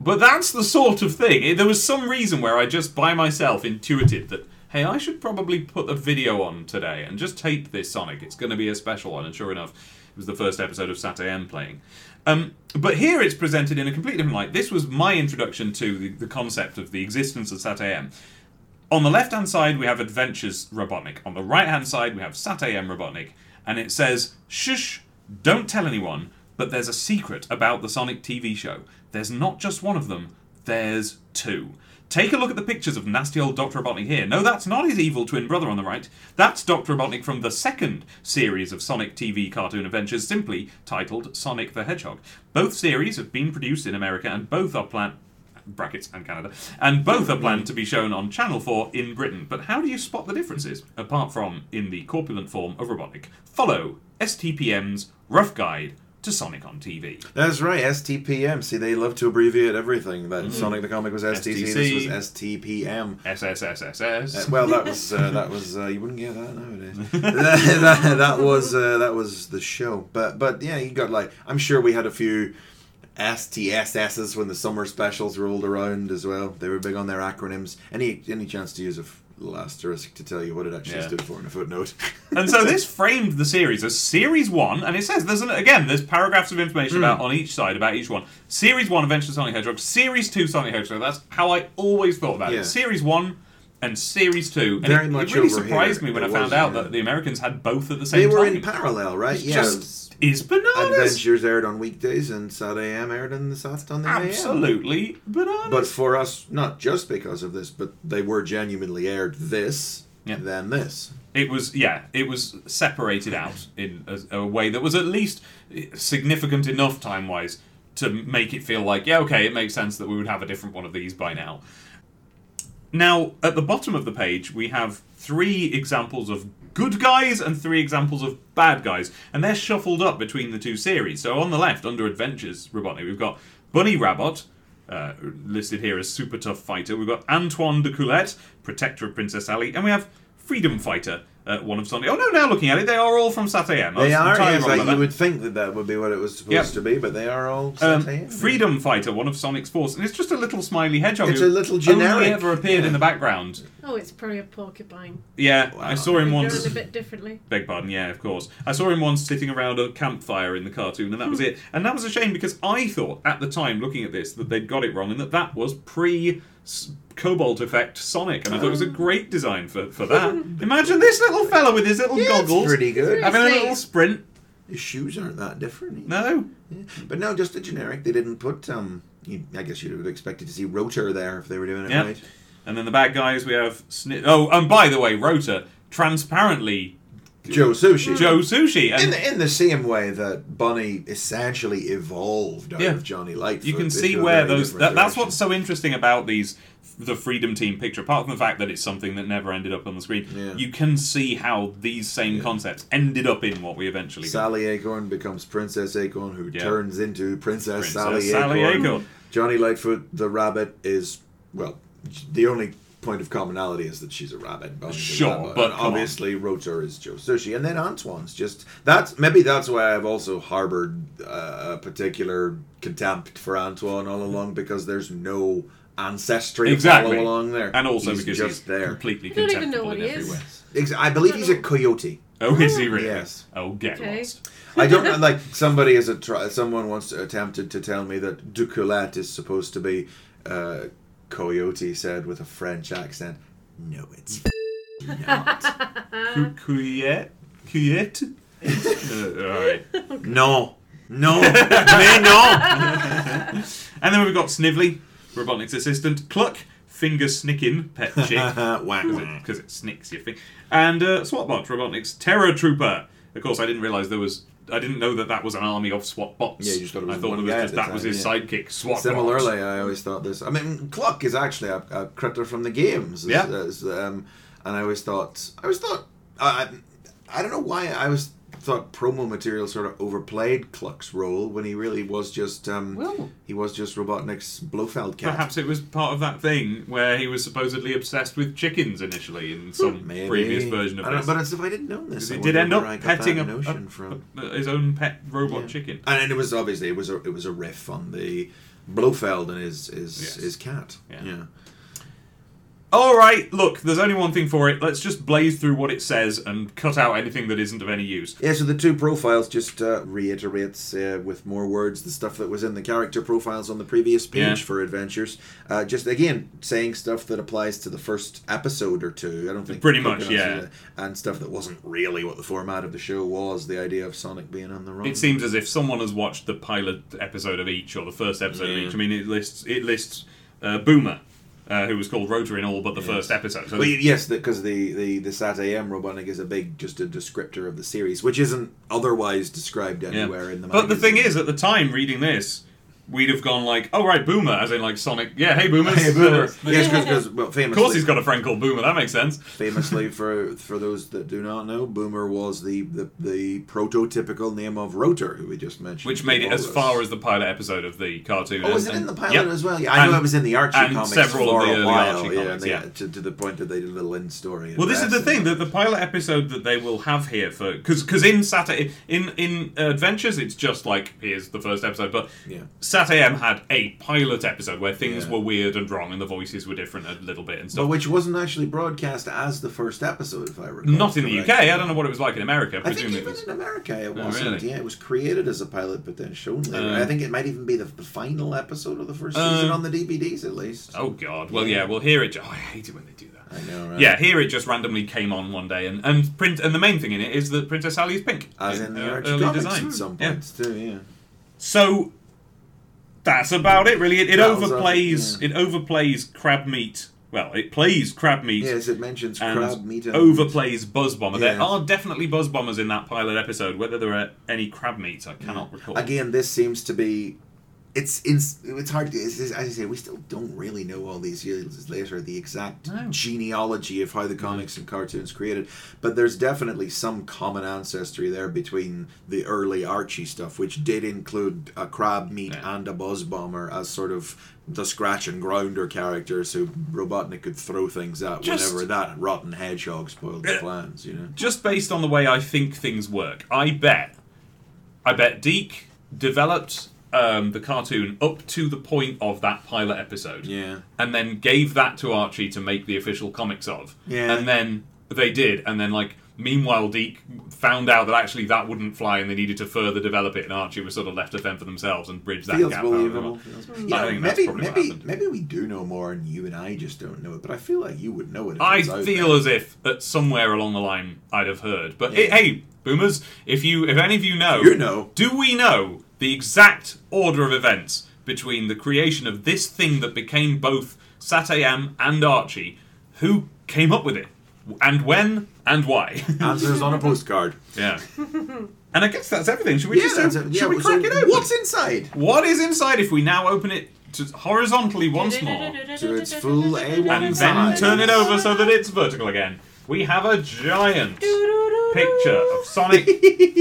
Speaker 1: But that's the sort of thing. It- There was some reason where I just by myself intuited that, hey, I should probably put a video on today and just tape this Sonic. It's going to be a special one. And sure enough, it was the first episode of Sat AM playing. Um, but here it's presented in a completely different light. This was my introduction to the, the concept of the existence of Sat AM. On the left hand side, we have Adventures Robotnik. On the right hand side, we have Sat AM Robotnik. And it says, Shush, don't tell anyone, but there's a secret about the Sonic TV show. There's not just one of them, there's two. Take a look at the pictures of nasty old Dr. Robotnik here. No, that's not his evil twin brother on the right. That's Dr. Robotnik from the second series of Sonic TV cartoon adventures, simply titled Sonic the Hedgehog. Both series have been produced in America and both are planned brackets and Canada, and both are planned to be shown on Channel 4 in Britain. But how do you spot the differences, apart from in the corpulent form of Robotnik? Follow STPM's Rough Guide to Sonic on TV.
Speaker 2: That's right, STPM. See, they love to abbreviate everything.
Speaker 1: Mm-hmm.
Speaker 2: That Sonic the Comic was STC,
Speaker 1: STC.
Speaker 2: this was STPM. Uh,
Speaker 1: SSSSS.
Speaker 2: well, that was uh, that was uh, you wouldn't get that nowadays. that, that- that was uh, that was the show. But but yeah, you got like I'm sure we had a few STSSs when the summer specials rolled around as well. They were big on their acronyms. Any any chance to use a f- little asterisk to tell you what it actually
Speaker 1: Yeah.
Speaker 2: stood for in a footnote?
Speaker 1: and so this framed the series as series one, and it says there's an, again there's paragraphs of information about
Speaker 2: Hmm.
Speaker 1: on each side about each one. Series one, Adventures of Sonic the Hedgehog. Series two, Sonic the Hedgehog. That's how I always thought about
Speaker 2: Yeah.
Speaker 1: it. Series one and series two. And
Speaker 2: Very
Speaker 1: it,
Speaker 2: much
Speaker 1: it really
Speaker 2: over
Speaker 1: surprised
Speaker 2: here.
Speaker 1: me when
Speaker 2: It
Speaker 1: I found
Speaker 2: was,
Speaker 1: out
Speaker 2: yeah.
Speaker 1: that the Americans had both at the same
Speaker 2: they
Speaker 1: time.
Speaker 2: were in parallel, right?
Speaker 1: It's
Speaker 2: yeah.
Speaker 1: just is bananas.
Speaker 2: Adventures aired on weekdays and Saturday AM aired on the Sat on the AM.
Speaker 1: Absolutely bananas.
Speaker 2: But for us, not just because of this, but they were genuinely aired this,
Speaker 1: Yeah.
Speaker 2: then this.
Speaker 1: It was yeah, it was separated out in a, a way that was at least significant enough time wise to make it feel like yeah, okay, it makes sense that we would have a different one of these by now. Now at the bottom of the page we have three examples of good guys and three examples of bad guys, and they're shuffled up between the two series. So on the left, under Adventures Robotnik, we've got Bunny Rabbit, uh, listed here as super tough fighter. We've got Antoine de Coulette, protector of Princess Alley, and we have Freedom Fighter, uh, one of Sonic. Oh no, now looking at it, they are all from Sat AM. I was
Speaker 2: They are,
Speaker 1: entirely
Speaker 2: yes,
Speaker 1: wrong
Speaker 2: like,
Speaker 1: about
Speaker 2: you
Speaker 1: that.
Speaker 2: would think that that would be what it was supposed
Speaker 1: Yep.
Speaker 2: to be, but they are all
Speaker 1: Um,
Speaker 2: satire.
Speaker 1: Freedom Fighter, one of Sonic's force, and it's just a little smiley hedgehog.
Speaker 2: It's
Speaker 1: who
Speaker 2: a little
Speaker 1: Only
Speaker 2: generic,
Speaker 1: ever appeared in the background.
Speaker 3: Oh, it's probably a porcupine.
Speaker 1: Yeah, I
Speaker 2: Wow.
Speaker 1: saw him
Speaker 3: Done
Speaker 1: once.
Speaker 3: a bit differently.
Speaker 1: Beg pardon, yeah, of course. I saw him once sitting around a campfire in the cartoon, and that
Speaker 2: Hmm.
Speaker 1: was it. And that was a shame because I thought at the time, looking at this, that they'd got it wrong and that that was pre Cobalt Effect Sonic. And I thought it
Speaker 2: Oh.
Speaker 1: was a great design for, for that. Imagine this little fella with his little
Speaker 2: That's
Speaker 1: goggles
Speaker 2: pretty good.
Speaker 1: having a
Speaker 3: Sweet.
Speaker 1: little sprint.
Speaker 2: His shoes aren't that different. either.
Speaker 1: No.
Speaker 2: But no, just a generic. They didn't put, um, you, I guess you would have expected to see Rotor there if they were doing it
Speaker 1: Yeah.
Speaker 2: right.
Speaker 1: And then the bad guys, we have. Sni- oh, and by the way, Rota transparently
Speaker 2: Joe Sushi.
Speaker 1: Joe Sushi. And
Speaker 2: In the, in the same way that Bunny essentially evolved out
Speaker 1: Yeah.
Speaker 2: of Johnny Lightfoot.
Speaker 1: you can
Speaker 2: into
Speaker 1: see
Speaker 2: a
Speaker 1: where
Speaker 2: very
Speaker 1: those
Speaker 2: different
Speaker 1: that, that's
Speaker 2: direction.
Speaker 1: what's so interesting about these the Freedom Team picture, apart from the fact that it's something that never ended up on the screen,
Speaker 2: Yeah.
Speaker 1: you can see how these same concepts ended up in what we eventually got.
Speaker 2: Sally Acorn becomes Princess Acorn, who
Speaker 1: Yeah.
Speaker 2: turns into Princess,
Speaker 1: Princess
Speaker 2: Sally,
Speaker 1: Sally
Speaker 2: Acorn.
Speaker 1: Acorn.
Speaker 2: Johnny Lightfoot, the rabbit, is well. The only point of commonality is that she's a rabbit. Bonnie's a
Speaker 1: Sure,
Speaker 2: rabbit.
Speaker 1: but
Speaker 2: And
Speaker 1: come on.
Speaker 2: obviously Rotor is Joe Sushi, and then Antoine's just that's maybe that's why I've also harbored uh, a particular contempt for Antoine all along because there's no ancestry to
Speaker 1: Exactly.
Speaker 2: follow along there,
Speaker 1: And also
Speaker 2: He's
Speaker 1: because
Speaker 2: just
Speaker 1: he's
Speaker 2: there.
Speaker 1: completely
Speaker 3: don't even know
Speaker 1: contemptible
Speaker 3: what
Speaker 1: in
Speaker 3: he
Speaker 1: every
Speaker 3: is.
Speaker 1: way.
Speaker 2: Ex- I believe he's a coyote.
Speaker 1: Oh, is he really?
Speaker 2: Yes.
Speaker 1: Oh, get
Speaker 3: Okay.
Speaker 1: lost.
Speaker 2: I don't know, like somebody is a try, someone once attempted to tell me that Ducoulette is supposed to be uh, coyote said with a French accent. No, it's not.
Speaker 3: Uh,
Speaker 1: Cuyette? Cuyette? uh, all right.
Speaker 2: no, no, mais non.
Speaker 1: And then we've got Snively, Robotnik's assistant, Cluck, Finger Snicking, Pet Chick,
Speaker 2: Uh, whack.
Speaker 1: because it snicks your finger, and uh, SWATBot, Robotnik's Terror Trooper. Of course, I didn't realize there was. I didn't know that that was an army of SWAT bots.
Speaker 2: Yeah, you just thought it was
Speaker 1: I thought
Speaker 2: one
Speaker 1: it was
Speaker 2: guy
Speaker 1: just
Speaker 2: at the
Speaker 1: that was
Speaker 2: time,
Speaker 1: his
Speaker 2: yeah.
Speaker 1: sidekick, SWAT
Speaker 2: Similarly, I always thought this. I mean, Cluck is actually a, a critter from the games.
Speaker 1: Yeah.
Speaker 2: Is- is, um, and I always thought, I always thought, I, I I don't know why I always thought promo material sort of overplayed Cluck's role when he really was just, um,
Speaker 1: Well-
Speaker 2: he was just Robotnik's Blofeld cat.
Speaker 1: Perhaps it was part of that thing where he was supposedly obsessed with chickens initially in some
Speaker 2: Maybe.
Speaker 1: previous version of
Speaker 2: I don't,
Speaker 1: this.
Speaker 2: But it's, if I didn't know this, I
Speaker 1: he did
Speaker 2: wonder
Speaker 1: end up
Speaker 2: where I got
Speaker 1: petting
Speaker 2: that
Speaker 1: a,
Speaker 2: notion
Speaker 1: a-
Speaker 2: from.
Speaker 1: a- his own pet robot
Speaker 2: Yeah.
Speaker 1: chicken.
Speaker 2: And, and it was obviously it was a it was a riff on the Blofeld and his his,
Speaker 1: Yes.
Speaker 2: his cat.
Speaker 1: Yeah.
Speaker 2: yeah.
Speaker 1: All right, look, there's only one thing for it. Let's just blaze through what it says and cut out anything that isn't of any use.
Speaker 2: Yeah, so the two profiles just uh, reiterates uh, with more words the stuff that was in the character profiles on the previous page
Speaker 1: Yeah.
Speaker 2: for adventures. Uh, just again saying stuff that applies to the first episode or two. I don't think
Speaker 1: Pretty much, yeah.
Speaker 2: and stuff that wasn't really what the format of the show was. The idea of Sonic being on the run.
Speaker 1: It seems as if someone has watched the pilot episode of each or the first episode of
Speaker 2: Yeah.
Speaker 1: each. I mean, it lists it lists uh, Boomer, uh, who was called Rotor in all but the first episode. So
Speaker 2: Well, y- yes, because the, the, the Sat AM Robotnik is a big, just a descriptor of the series, which isn't otherwise described
Speaker 1: yeah.
Speaker 2: anywhere in the
Speaker 1: But the thing
Speaker 2: magazine.
Speaker 1: is, at the time reading this, we'd have gone like, "Oh right, Boomer," as in like Sonic. Yeah, hey Boomer.
Speaker 2: Hey, Boomers. yes, because well,
Speaker 1: Of
Speaker 2: famously,
Speaker 1: course, he's got a friend called Boomer. That makes sense.
Speaker 2: famously for for those that do not know, Boomer was the, the, the prototypical name of Rotor, who we just mentioned,
Speaker 1: Which made it as far as the pilot episode of the cartoon.
Speaker 2: Oh, was it
Speaker 1: And-
Speaker 2: in the pilot
Speaker 1: Yep.
Speaker 2: as well? Yeah, I know
Speaker 1: And-
Speaker 2: it was in the Archie
Speaker 1: and
Speaker 2: comics
Speaker 1: several of
Speaker 2: for
Speaker 1: the
Speaker 2: a
Speaker 1: early
Speaker 2: while,
Speaker 1: Archie
Speaker 2: yeah, and
Speaker 1: comics,
Speaker 2: they-
Speaker 1: yeah.
Speaker 2: To, to the point that they did a little in story.
Speaker 1: Well, this is the thing that the pilot episode that they will have here for because because in Saturday in in uh, Adventures it's just like here's the first episode, but
Speaker 2: Yeah.
Speaker 1: Sat AM had a pilot episode where things
Speaker 2: Yeah.
Speaker 1: were weird and wrong and the voices were different a little bit and
Speaker 2: but
Speaker 1: stuff.
Speaker 2: which wasn't actually broadcast as the first episode, if I recall.
Speaker 1: Not in the
Speaker 2: correctly.
Speaker 1: UK. I don't know what it was like in America.
Speaker 2: I think
Speaker 1: Presumably, it
Speaker 2: even
Speaker 1: was- Oh,
Speaker 2: in America it wasn't.
Speaker 1: really?
Speaker 2: Yeah, it was created as a pilot, but then shown later.
Speaker 1: Um,
Speaker 2: I think it might even be the, the final episode of the first
Speaker 1: Um,
Speaker 2: season on the DVDs, at least.
Speaker 1: oh god. Well, yeah. Well, here it. Oh, I hate it when they do that.
Speaker 2: I know, right?
Speaker 1: Yeah, here it just randomly came on one day, and and print and the main thing in it is that Princess Sally is pink,
Speaker 2: As in the
Speaker 1: uh,
Speaker 2: Archie
Speaker 1: early
Speaker 2: comics
Speaker 1: design.
Speaker 2: at some
Speaker 1: Yeah.
Speaker 2: points too. Yeah.
Speaker 1: So that's about it, really. It, it
Speaker 2: That was
Speaker 1: overplays.
Speaker 2: us, yeah.
Speaker 1: It overplays crab meat. Well, it plays crab meat
Speaker 2: Yes, it mentions
Speaker 1: and
Speaker 2: crab meat. and-
Speaker 1: overplays buzz bomber. There
Speaker 2: Yes.
Speaker 1: are definitely buzz bombers in that pilot episode. Whether there are any crab meats, I cannot recall.
Speaker 2: Mm. Again, this seems to be. It's it's, it's hard to it's, it's, as I say we still don't really know all these years later the exact
Speaker 1: No.
Speaker 2: genealogy of how the comics and cartoons created, but there's definitely some common ancestry there between the early Archie stuff, which did include a crab meat
Speaker 1: Yeah.
Speaker 2: and a buzz bomber as sort of the scratch and grounder characters who Robotnik could throw things at
Speaker 1: Just-
Speaker 2: whenever that rotten hedgehog spoiled the plans, you know.
Speaker 1: Just based on the way I think things work, I bet, I bet Deke developed um, the cartoon up to the point of that pilot episode.
Speaker 2: Yeah.
Speaker 1: and then gave that to Archie to make the official comics of.
Speaker 2: Yeah.
Speaker 1: And then they did, and then like meanwhile Deke found out that actually that wouldn't fly and they needed to further develop it and Archie was sort of left to fend for themselves and bridge that
Speaker 2: feels
Speaker 1: gap.
Speaker 2: believable.
Speaker 1: however.
Speaker 2: You
Speaker 1: I
Speaker 2: know,
Speaker 1: think that's
Speaker 2: maybe
Speaker 1: probably what
Speaker 2: maybe
Speaker 1: happened.
Speaker 2: maybe we do know more, and you and I just don't know it. But I feel like you would know it. If
Speaker 1: I
Speaker 2: it was out
Speaker 1: feel
Speaker 2: there.
Speaker 1: as if that somewhere along the line I'd have heard. But
Speaker 2: Yeah.
Speaker 1: hey, boomers, if you if any of you know
Speaker 2: You know.
Speaker 1: do we know the exact order of events between the creation of this thing that became both Satayam and Archie? Who came up with it? And when and why?
Speaker 2: answers on a postcard.
Speaker 1: Yeah. and I guess that's everything. Should we
Speaker 2: Yeah,
Speaker 1: just
Speaker 2: that's
Speaker 1: should
Speaker 2: it. Yeah,
Speaker 1: we
Speaker 2: so
Speaker 1: crack it open?
Speaker 2: What's inside?
Speaker 1: what is inside if we now open it to horizontally once more,
Speaker 2: To its full A1
Speaker 1: and then
Speaker 2: size.
Speaker 1: turn it over so that it's vertical again. We have a giant picture of Sonic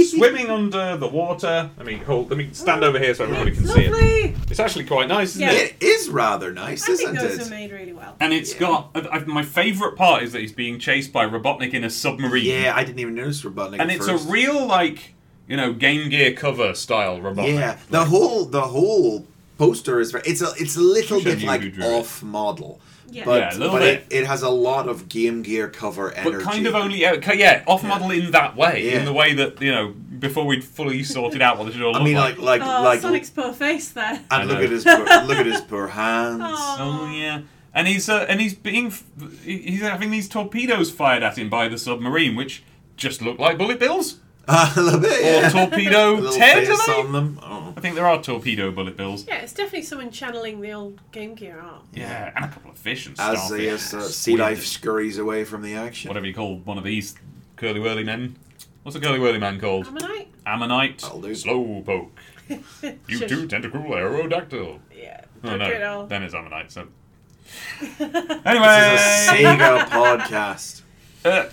Speaker 1: swimming under the water. Let me hold. Let me stand over here so everybody can see it.
Speaker 3: Lovely.
Speaker 1: It's actually quite nice, isn't
Speaker 3: Yeah.
Speaker 1: it?
Speaker 2: It is rather nice,
Speaker 3: I think
Speaker 2: isn't
Speaker 3: those are
Speaker 2: it?
Speaker 3: made really well.
Speaker 1: And it's got I, I, my favourite part is that he's being chased by Robotnik in a submarine.
Speaker 2: Yeah, I didn't even notice Robotnik.
Speaker 1: and
Speaker 2: at
Speaker 1: it's
Speaker 2: first.
Speaker 1: a real like you know Game Gear cover style Robotnik.
Speaker 2: Yeah, the whole the whole poster is very. It's a it's a little
Speaker 1: Should've
Speaker 2: bit
Speaker 1: knew who
Speaker 2: like
Speaker 1: drew it.
Speaker 2: off model,
Speaker 3: Yeah.
Speaker 2: but
Speaker 1: Yeah, a little
Speaker 2: but
Speaker 1: bit.
Speaker 2: It, it has a lot of Game Gear cover energy.
Speaker 1: But kind of only, uh, ca- yeah, off model in that way,
Speaker 2: Yeah.
Speaker 1: in the way that you know, before we'd fully sorted out what this should all
Speaker 2: I
Speaker 1: look
Speaker 2: mean,
Speaker 1: like.
Speaker 2: like like
Speaker 3: Oh,
Speaker 2: like.
Speaker 3: Sonic's poor face there.
Speaker 2: and
Speaker 1: I
Speaker 2: look
Speaker 1: know.
Speaker 2: at his poor, look at his poor hands.
Speaker 3: Aw.
Speaker 1: Oh yeah, and he's uh, and he's being, f- he- he's having these torpedoes fired at him by the submarine, which just look like bullet bills
Speaker 2: a little bit.
Speaker 1: or
Speaker 2: Yeah.
Speaker 1: torpedo
Speaker 2: little
Speaker 1: Ted.
Speaker 2: face
Speaker 1: Are
Speaker 2: on
Speaker 1: they?
Speaker 2: them. Oh.
Speaker 1: I think there are torpedo bullet bills.
Speaker 3: Yeah, it's definitely someone channeling the old Game Gear art.
Speaker 1: Yeah, and a couple of fish and
Speaker 2: As
Speaker 1: starfish.
Speaker 2: the as, uh,
Speaker 1: Squid,
Speaker 2: sea life scurries away from the action.
Speaker 1: whatever you call one of these curly whirly men. What's a curly whirly man called?
Speaker 3: Ammonite?
Speaker 1: Ammonite,
Speaker 2: That'll do.
Speaker 1: Slowpoke, you
Speaker 3: Shush.
Speaker 1: two tentacruel aerodactyl.
Speaker 3: Yeah.
Speaker 1: Oh
Speaker 3: don't do it
Speaker 1: no,
Speaker 3: all.
Speaker 1: then it's Ammonite. So
Speaker 2: This is a
Speaker 1: anyway,
Speaker 2: Sega podcast.
Speaker 1: uh,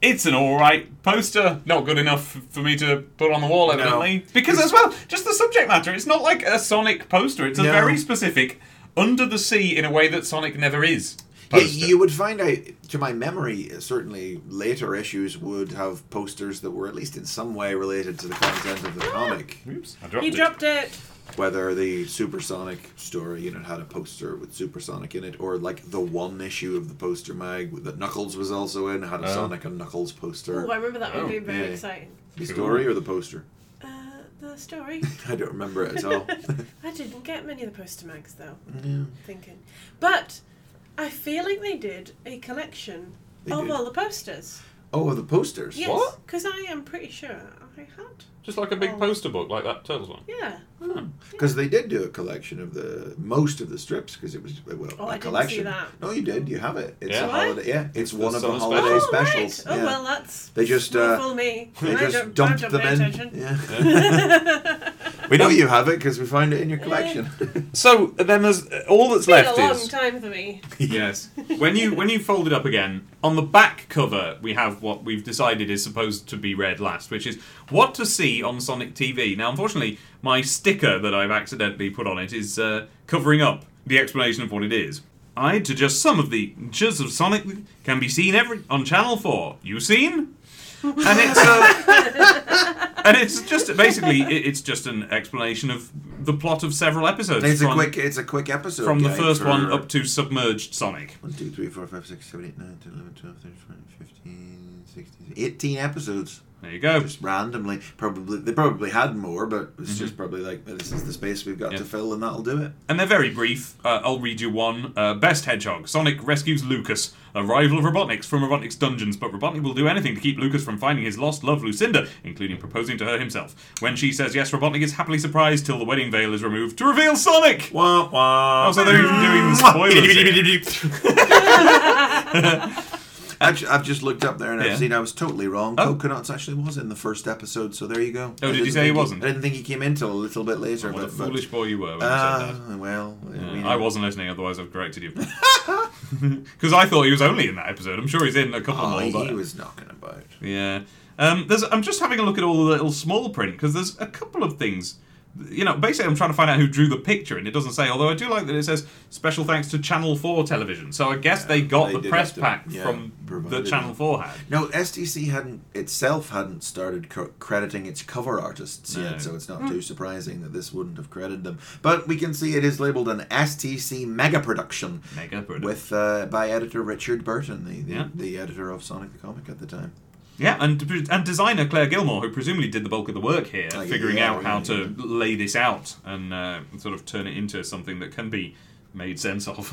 Speaker 1: it's an all right poster. Not good enough for me to put on the wall, evidently, because as well, just the subject matter. It's not like a Sonic poster. It's a
Speaker 2: No.
Speaker 1: very specific under the sea in a way that Sonic never is.
Speaker 2: Yeah,
Speaker 1: Poster.
Speaker 2: you would find out, to my memory, certainly later issues would have posters that were at least in some way related to the content of the comic.
Speaker 1: Oops, I dropped
Speaker 3: He
Speaker 1: it.
Speaker 3: dropped it.
Speaker 2: Whether the Supersonic story, you know, had a poster with Supersonic in it, or like the one issue of the poster mag that Knuckles was also in had a
Speaker 1: Oh.
Speaker 2: Sonic and Knuckles poster.
Speaker 3: Oh, I remember that
Speaker 1: Oh,
Speaker 3: one being very
Speaker 2: yeah.
Speaker 3: exciting.
Speaker 2: the story or the poster?
Speaker 3: Uh, the story.
Speaker 2: I don't remember it at all.
Speaker 3: I didn't get many of the poster mags though. Thinking, but I feel like they did a collection
Speaker 2: They
Speaker 3: of
Speaker 2: did.
Speaker 3: all the posters.
Speaker 2: oh, of the posters?
Speaker 3: Yes,
Speaker 1: What?
Speaker 3: because I am pretty sure I had.
Speaker 1: Just like a big poster book, like that Turtles one.
Speaker 3: Yeah.
Speaker 2: Because they did do a collection of the most of the strips because it was well
Speaker 3: Oh,
Speaker 2: a
Speaker 3: I didn't see
Speaker 2: collection.
Speaker 3: that.
Speaker 2: No, you did. You have it. It's
Speaker 1: Yeah.
Speaker 2: a
Speaker 3: What?
Speaker 2: holiday. Yeah, it's one of the
Speaker 1: summer
Speaker 2: holiday
Speaker 1: special.
Speaker 3: right.
Speaker 2: specials.
Speaker 3: Oh
Speaker 2: yeah.
Speaker 3: well, that's
Speaker 2: They just, uh,
Speaker 3: fool me.
Speaker 2: they
Speaker 3: I
Speaker 2: just
Speaker 3: don't,
Speaker 2: dumped
Speaker 3: I don't
Speaker 2: them
Speaker 3: pay
Speaker 2: in.
Speaker 3: attention.
Speaker 2: Yeah. we know you have it because we find it in your collection.
Speaker 1: So then there's all that's
Speaker 3: It's
Speaker 1: left
Speaker 3: been a long
Speaker 1: is
Speaker 3: time for me.
Speaker 1: yes. When you when you fold it up again on the back cover, we have what we've decided is supposed to be read last, which is what to see on Sonic TV. Now, unfortunately, my sticker that I've accidentally put on it is uh, covering up the explanation of what it is. I to just some of the just of Sonic can be seen every on Channel Four. You seen? And it's. Uh, and it's just basically it- it's just an explanation of the plot of several episodes
Speaker 2: it's a
Speaker 1: from,
Speaker 2: quick. It's a quick episode.
Speaker 1: from the
Speaker 2: guide
Speaker 1: first
Speaker 2: for-
Speaker 1: one up to submerged Sonic.
Speaker 2: One, two, three, four, five, six, seven, eight, nine, 10, 11, 12, 13, 14, 15, 16, 18 episodes.
Speaker 1: There you go.
Speaker 2: Just randomly, probably they probably had more, but it's just probably like this is the space we've got
Speaker 1: Mm-hmm. Yeah.
Speaker 2: to fill, and that'll do it.
Speaker 1: And they're very brief. Uh, I'll read you one. Uh, Best Hedgehog. Sonic rescues Lucas, a rival of Robotnik's from Robotnik's dungeons, but Robotnik will do anything to keep Lucas from finding his lost love, Lucinda, including proposing to her himself. When she says yes, Robotnik is happily surprised till the wedding veil is removed to reveal Sonic!
Speaker 2: Wah, wah.
Speaker 1: Oh, so they're even doing the spoilers. here.
Speaker 2: Actually, I've just looked up there and
Speaker 1: Yeah.
Speaker 2: I've seen I was totally wrong.
Speaker 1: Oh.
Speaker 2: Coconuts actually was in the first episode, so there you go.
Speaker 1: Oh,
Speaker 2: I
Speaker 1: did you
Speaker 2: didn't
Speaker 1: say he
Speaker 2: think
Speaker 1: wasn't?
Speaker 2: I didn't think he came in till a little bit later.
Speaker 1: What a
Speaker 2: but,
Speaker 1: foolish boy you were when you
Speaker 2: but,
Speaker 1: said that.
Speaker 2: Ah, well, I mean,
Speaker 1: I wasn't listening, otherwise I've corrected you. Because I thought he was only in that episode. I'm sure he's in a couple
Speaker 2: Oh,
Speaker 1: more.
Speaker 2: he,
Speaker 1: but...
Speaker 2: he was knocking about.
Speaker 1: Yeah. Um, there's, I'm just having a look at all the little small print because there's a couple of things. You know, basically, I'm trying to find out who drew the picture, and it doesn't say. Although I do like that it says special thanks to Channel Four Television. So I guess they got
Speaker 2: they
Speaker 1: the
Speaker 2: did
Speaker 1: press
Speaker 2: have to-
Speaker 1: pack
Speaker 2: yeah,
Speaker 1: from the
Speaker 2: provided
Speaker 1: Channel
Speaker 2: them.
Speaker 1: Four had.
Speaker 2: No, SDC hadn't itself hadn't started co- crediting its cover artists
Speaker 1: No.
Speaker 2: yet, so it's not too surprising that this wouldn't have credited them. But we can see it is labeled an STC mega production,
Speaker 1: Mega production.
Speaker 2: with uh, by editor Richard Burton, the the,
Speaker 1: Yeah.
Speaker 2: the editor of Sonic the Comic at the time.
Speaker 1: Yeah, and and designer Claire Gilmore, who presumably did the bulk of the work here,
Speaker 2: Like,
Speaker 1: figuring
Speaker 2: yeah,
Speaker 1: out how
Speaker 2: Oh, yeah,
Speaker 1: to lay this out and uh, sort of turn it into something that can be made sense of.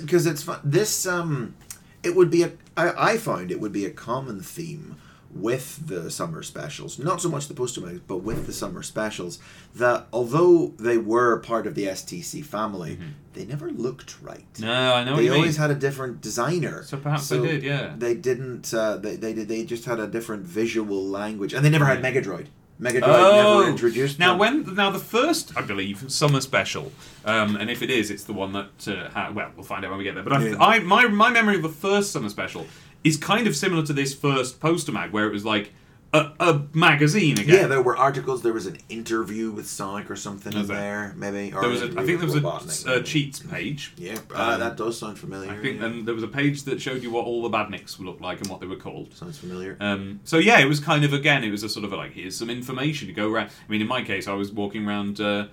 Speaker 2: because it's fun. This um, it would be a I, I find it would be a common theme with the summer specials, not so much the poster mags, but with the summer specials that although they were part of the STC family, they never looked right.
Speaker 1: Mm-hmm. no, I know what
Speaker 2: They
Speaker 1: you mean.
Speaker 2: always had a different designer.
Speaker 1: So perhaps they did, yeah.
Speaker 2: They didn't. Uh, they, they did. They just had a different visual language, and they never had Megadroid. Mega Drive
Speaker 1: Oh.
Speaker 2: never introduced.
Speaker 1: now
Speaker 2: them.
Speaker 1: when now the first I believe summer special, um, and if it is, it's the one that uh, ha- well we'll find out when we get there. But I,
Speaker 2: Yeah.
Speaker 1: I my my memory of the first summer special is kind of similar to this first poster mag where it was like a, a magazine again.
Speaker 2: Yeah, there were articles. There was an interview with Sonic or something in
Speaker 1: Was there?
Speaker 2: there, maybe. Or
Speaker 1: there was a,
Speaker 2: an
Speaker 1: I think there was
Speaker 2: interview
Speaker 1: a,
Speaker 2: with Robotnik,
Speaker 1: uh
Speaker 2: maybe.
Speaker 1: cheats page.
Speaker 2: Yeah, uh, that does sound familiar.
Speaker 1: I think
Speaker 2: yeah.
Speaker 1: and there was a page that showed you what all the badniks looked like and what they were called.
Speaker 2: sounds familiar.
Speaker 1: Um, so yeah, it was kind of again, it was a sort of like here's some information to go around. I mean, in my case, I was walking around uh,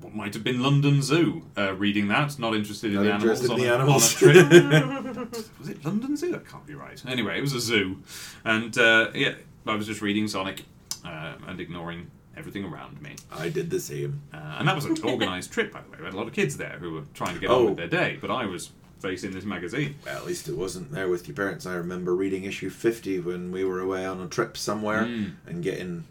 Speaker 1: what might have been London Zoo, uh, reading that. Not interested in
Speaker 2: Not
Speaker 1: the
Speaker 2: interested in the
Speaker 1: animals. on a- on a trip. was it London Zoo? That can't be right. Anyway, it was a zoo, and uh, yeah, I was just reading Sonic uh, and ignoring everything around me.
Speaker 2: I did the same.
Speaker 1: Uh, and that was an organised trip, by the way. We had a lot of kids there who were trying to get on
Speaker 2: Oh.
Speaker 1: with their day, but I was facing this magazine.
Speaker 2: Well, at least it wasn't there with your parents. I remember reading issue 50 when we were away on a trip somewhere
Speaker 1: Hmm.
Speaker 2: and getting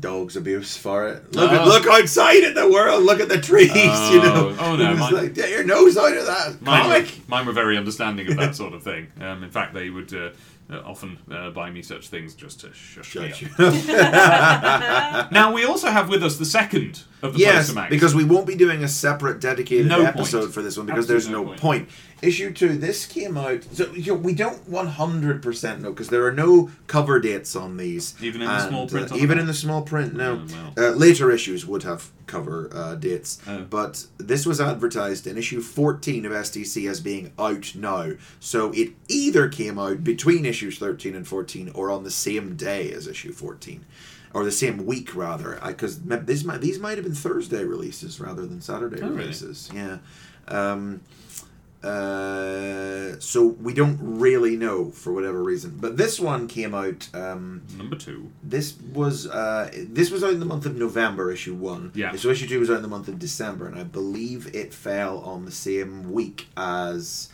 Speaker 2: dogs abuse for it. Look, at,
Speaker 1: Oh.
Speaker 2: look outside at the world. Look at the trees. you know.
Speaker 1: Oh, no,
Speaker 2: It was
Speaker 1: mine-
Speaker 2: like, get your nose out of that
Speaker 1: Mine were,
Speaker 2: comic.
Speaker 1: mine were very understanding of that sort of thing. Um, in fact, they would uh, uh, often uh, buy me such things just to shush
Speaker 2: Shut
Speaker 1: me
Speaker 2: you up.
Speaker 1: up. Now, we also have with us the second of the
Speaker 2: yes,
Speaker 1: poster mags.
Speaker 2: because we won't be doing a separate dedicated
Speaker 1: No
Speaker 2: episode
Speaker 1: point.
Speaker 2: for this one because
Speaker 1: Absolutely
Speaker 2: there's
Speaker 1: no
Speaker 2: no
Speaker 1: point.
Speaker 2: point. Issue two. This came out. So you know, we don't 100% know because there are no cover dates on these.
Speaker 1: Even in the small print
Speaker 2: uh,
Speaker 1: on the
Speaker 2: even
Speaker 1: back?
Speaker 2: in the small print. No.
Speaker 1: Oh,
Speaker 2: uh, later issues would have cover uh, dates,
Speaker 1: Oh.
Speaker 2: but this was advertised in issue 14 of SDC as being out now. So it either came out between issues 13 and 14, or on the same day as issue 14. Or the same week, rather, because these might these might have been Thursday releases rather than Saturday
Speaker 1: Oh, really?
Speaker 2: releases. Yeah. Um, uh, so we don't really know for whatever reason, but this one came out. Um,
Speaker 1: Number two.
Speaker 2: this was uh, this was out in the month of November, issue one.
Speaker 1: Yeah.
Speaker 2: So issue two was out in the month of December, and I believe it fell on the same week as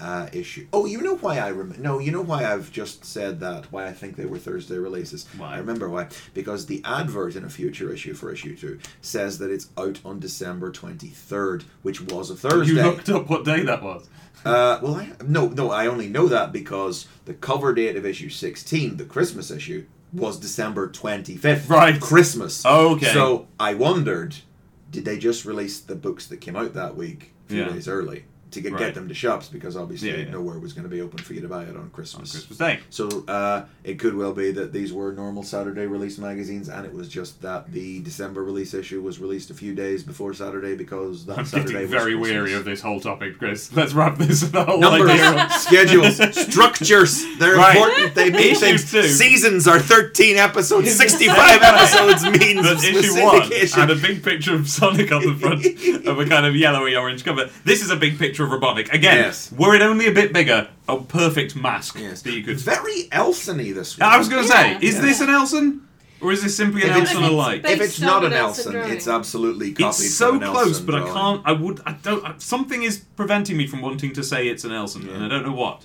Speaker 2: uh, issue. Oh, you know why I rem- no, you know why I've just said that. Why I think they were Thursday releases.
Speaker 1: Why?
Speaker 2: I remember why because the advert in a future issue for issue two says that it's out on December twenty third, which was a Thursday.
Speaker 1: You looked up what day that was.
Speaker 2: Uh, well, I, no, no, I only know that because the cover date of issue 16, the Christmas issue, was December 25th.
Speaker 1: Right.
Speaker 2: Christmas.
Speaker 1: Okay.
Speaker 2: So I wondered, did they just release the books that came out that week a few
Speaker 1: Yeah.
Speaker 2: days early to get,
Speaker 1: Right.
Speaker 2: get them to shops? Because obviously
Speaker 1: Yeah, yeah.
Speaker 2: nowhere was going to be open for you to buy it on
Speaker 1: On
Speaker 2: Christmas.
Speaker 1: Christmas Day.
Speaker 2: So uh, it could well be that these were normal Saturday release magazines, and it was just that the December release issue was released a few days before Saturday because that
Speaker 1: I'm
Speaker 2: Saturday
Speaker 1: getting
Speaker 2: was
Speaker 1: very
Speaker 2: Christmas.
Speaker 1: weary of this whole topic, Chris. Let's wrap this the whole idea up.
Speaker 2: Numbers, schedules, structures. They're
Speaker 1: Right.
Speaker 2: important. They mean
Speaker 1: Issue
Speaker 2: things.
Speaker 1: two.
Speaker 2: Seasons are 13 episodes. 65 episodes means
Speaker 1: But
Speaker 2: with
Speaker 1: issue one
Speaker 2: syndication.
Speaker 1: had a big picture of Sonic on the front of a kind of yellowy orange cover. This is a big picture of Robotnik. Again,
Speaker 2: Yes.
Speaker 1: were it only a bit bigger, a perfect mask
Speaker 2: Yes.
Speaker 1: that you could
Speaker 2: Very Elsony this one.
Speaker 1: I was going to
Speaker 3: Yeah.
Speaker 1: say, is this an Elson? Or is this simply an
Speaker 2: If it's-
Speaker 1: Elson alike?
Speaker 2: If it's not an
Speaker 3: Based on Elson
Speaker 2: Elson, it's
Speaker 3: drawing.
Speaker 2: absolutely copied.
Speaker 1: It's so
Speaker 2: from an
Speaker 1: close,
Speaker 2: Elson
Speaker 1: but I
Speaker 2: drawing.
Speaker 1: can't. I would. I don't. I, something is preventing me from wanting to say it's an Elson, and I don't know what.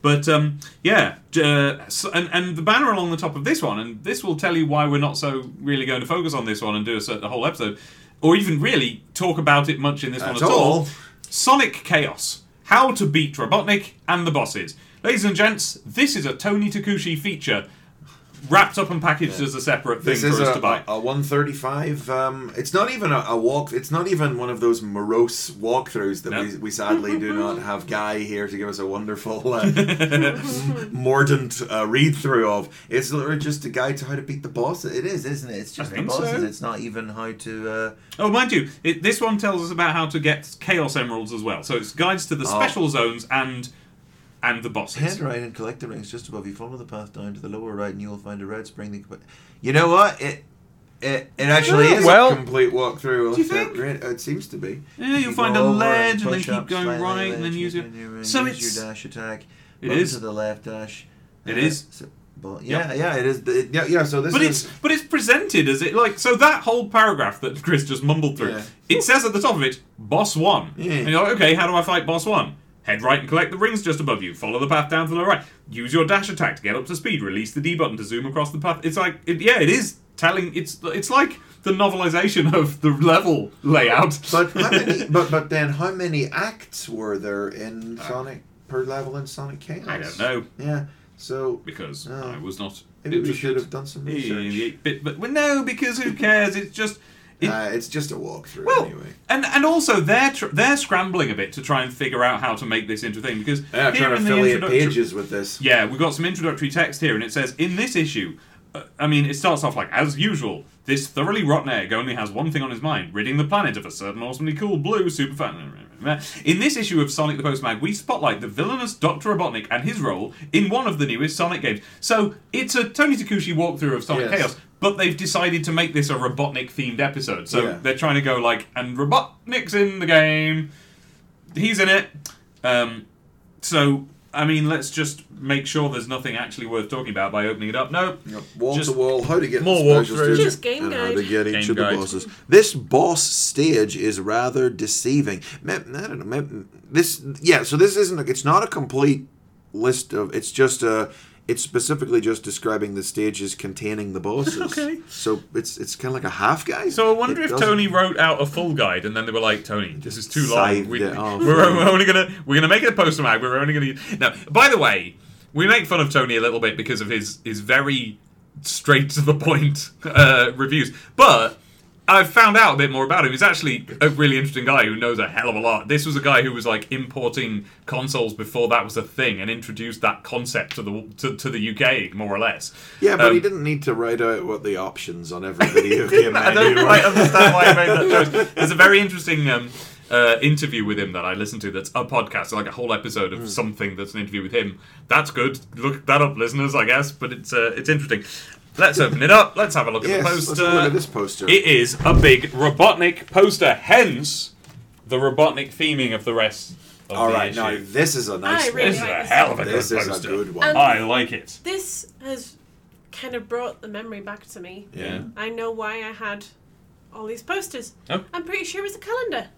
Speaker 1: But um, yeah, j- uh, so, and and the banner along the top of this one, and this will tell you why we're not so really going to focus on this one and do a, cer- a whole episode, or even really talk about it much in this one
Speaker 2: At
Speaker 1: at all.
Speaker 2: all.
Speaker 1: Sonic Chaos: How to Beat Robotnik and the Bosses. Ladies and gents, this is a Tony Takushi feature. Wrapped up and packaged as a separate thing
Speaker 2: This
Speaker 1: for
Speaker 2: is
Speaker 1: us
Speaker 2: a,
Speaker 1: to buy.
Speaker 2: a 135. Um, it's not even a, a walk. It's not even one of those morose walkthroughs that
Speaker 1: No.
Speaker 2: we, we sadly do not have Guy here to give us a wonderful, uh,
Speaker 1: Hmm.
Speaker 2: mordant uh, read through of. It's literally just a guide to how to beat the boss. It is, isn't it? It's just the
Speaker 1: think
Speaker 2: bosses.
Speaker 1: so.
Speaker 2: It's not even how to. Uh,
Speaker 1: Oh, mind you, it, this one tells us about how to get Chaos Emeralds as well. So it's guides to the special zones and and the bosses.
Speaker 2: Oh. Head right and collect the rings just above you. Follow the path down to the lower right, and you will find a red spring. That... You know what? It it, it actually is
Speaker 4: Well-
Speaker 2: a complete walkthrough.
Speaker 1: Do you
Speaker 2: of that
Speaker 1: think?
Speaker 2: grid. It seems to be.
Speaker 1: Yeah, you'll
Speaker 2: You
Speaker 1: find
Speaker 2: go
Speaker 1: a
Speaker 2: over
Speaker 1: ledge and then
Speaker 2: push
Speaker 1: keep
Speaker 2: up,
Speaker 1: going
Speaker 2: slightly
Speaker 1: right, and
Speaker 2: ledge,
Speaker 1: then use your-
Speaker 2: your
Speaker 1: So
Speaker 2: use
Speaker 1: it's-
Speaker 2: your dash attack.
Speaker 1: it
Speaker 2: button
Speaker 1: is.
Speaker 2: to the left dash.
Speaker 1: It
Speaker 2: uh,
Speaker 1: is.
Speaker 2: so- but yeah, yeah, it is. the- yeah, yeah. So this
Speaker 1: But
Speaker 2: is.
Speaker 1: it's but it's presented as it like so that whole paragraph that Chris just mumbled through.
Speaker 2: Yeah.
Speaker 1: It says at the top of it, boss one.
Speaker 2: Yeah.
Speaker 1: And you're like, okay, how do I fight boss one? Head right and collect the rings just above you. Follow the path down to the right. Use your dash attack to get up to speed. Release the D button to zoom across the path. It's like it, yeah, it is telling. It's it's like the novelization of the level layout.
Speaker 2: But how many? but but then how many acts were there in Sonic per level in Sonic Chaos?
Speaker 1: Uh, I don't know
Speaker 2: Yeah. So
Speaker 1: because
Speaker 2: Oh.
Speaker 1: I was not
Speaker 2: Maybe we should
Speaker 1: should.
Speaker 2: have done some research.
Speaker 1: Eight bit, but well, no, because who cares? It's just it,
Speaker 2: Uh, it's just a walkthrough
Speaker 1: well,
Speaker 2: anyway.
Speaker 1: and and also they're tr- they're scrambling a bit to try and figure out how to make this into a thing because
Speaker 2: Yeah,
Speaker 1: here
Speaker 2: trying to
Speaker 1: in the
Speaker 2: affiliate
Speaker 1: introductory-
Speaker 2: pages with this.
Speaker 1: Yeah, we've got some introductory text here, and it says in this issue. uh, I mean, it starts off like as usual. This thoroughly rotten egg only has one thing on his mind: ridding the planet of a certain awesomely cool blue superfan. In this issue of Sonic the Postman, we spotlight the villainous Doctor Robotnik and his role in one of the newest Sonic games. So it's a Tony Takushi walkthrough of Sonic
Speaker 2: Yes.
Speaker 1: Chaos, but they've decided to make this a Robotnik themed episode. So
Speaker 2: Yeah.
Speaker 1: they're trying to go like, and Robotnik's in the game. He's in it. Um, so, I mean, let's just make sure there's nothing actually worth talking about by opening it up. No.
Speaker 2: Wall
Speaker 1: Just-
Speaker 2: to wall, how to get
Speaker 4: More
Speaker 2: the special
Speaker 4: walkthroughs.
Speaker 2: student
Speaker 3: Just game
Speaker 2: and how
Speaker 3: guide.
Speaker 2: to get each
Speaker 1: Game
Speaker 2: of the
Speaker 1: guide.
Speaker 2: bosses. This boss stage is rather deceiving. Ma- I don't know. ma- This yeah. So this isn't. It's not a complete list of. It's just a. It's specifically just describing the stages containing the bosses.
Speaker 4: Okay.
Speaker 2: So it's it's kind of like a half guide.
Speaker 1: So I wonder
Speaker 2: It
Speaker 1: if
Speaker 2: doesn't-
Speaker 1: Tony wrote out a full guide and then they were like, Tony, this is too long.
Speaker 2: Scythed
Speaker 1: We,
Speaker 2: it off.
Speaker 1: we're, we're only gonna we're gonna make it a poster mag. We're only gonna now. By the way, we make fun of Tony a little bit because of his his very straight to the point uh, reviews, but. I've found out a bit more about him. He's actually a really interesting guy who knows a hell of a lot. This was a guy who was like importing consoles before that was a thing and introduced that concept to the to, to the UK more or less.
Speaker 2: Yeah, but
Speaker 1: Um,
Speaker 2: he didn't need to write out what the options on every video game
Speaker 1: I
Speaker 2: menu
Speaker 1: don't
Speaker 2: were.
Speaker 1: quite understand why I made that choice. There's a very interesting um, uh, interview with him that I listened to. That's a podcast, so like a whole episode of
Speaker 2: Hmm.
Speaker 1: something that's an interview with him. That's good. Look that up, listeners. I guess, but it's uh, it's interesting. Let's open it up. Let's have a look at
Speaker 2: Yes,
Speaker 1: the
Speaker 2: let's
Speaker 1: poster.
Speaker 2: have a look at this poster.
Speaker 1: It is a big Robotnik poster. Hence, the Robotnik theming of the rest. Of
Speaker 2: All
Speaker 1: the
Speaker 2: right,
Speaker 1: issue.
Speaker 2: now this is a nice.
Speaker 3: I
Speaker 2: one.
Speaker 3: really
Speaker 1: this is a
Speaker 3: like
Speaker 1: hell of a
Speaker 2: This
Speaker 1: good
Speaker 2: is a
Speaker 1: poster.
Speaker 2: good one.
Speaker 3: Um,
Speaker 1: I like it.
Speaker 3: This has kind of brought the memory back to me.
Speaker 2: yeah.
Speaker 3: I know why I had all these posters.
Speaker 1: Oh.
Speaker 3: I'm pretty sure it was a calendar.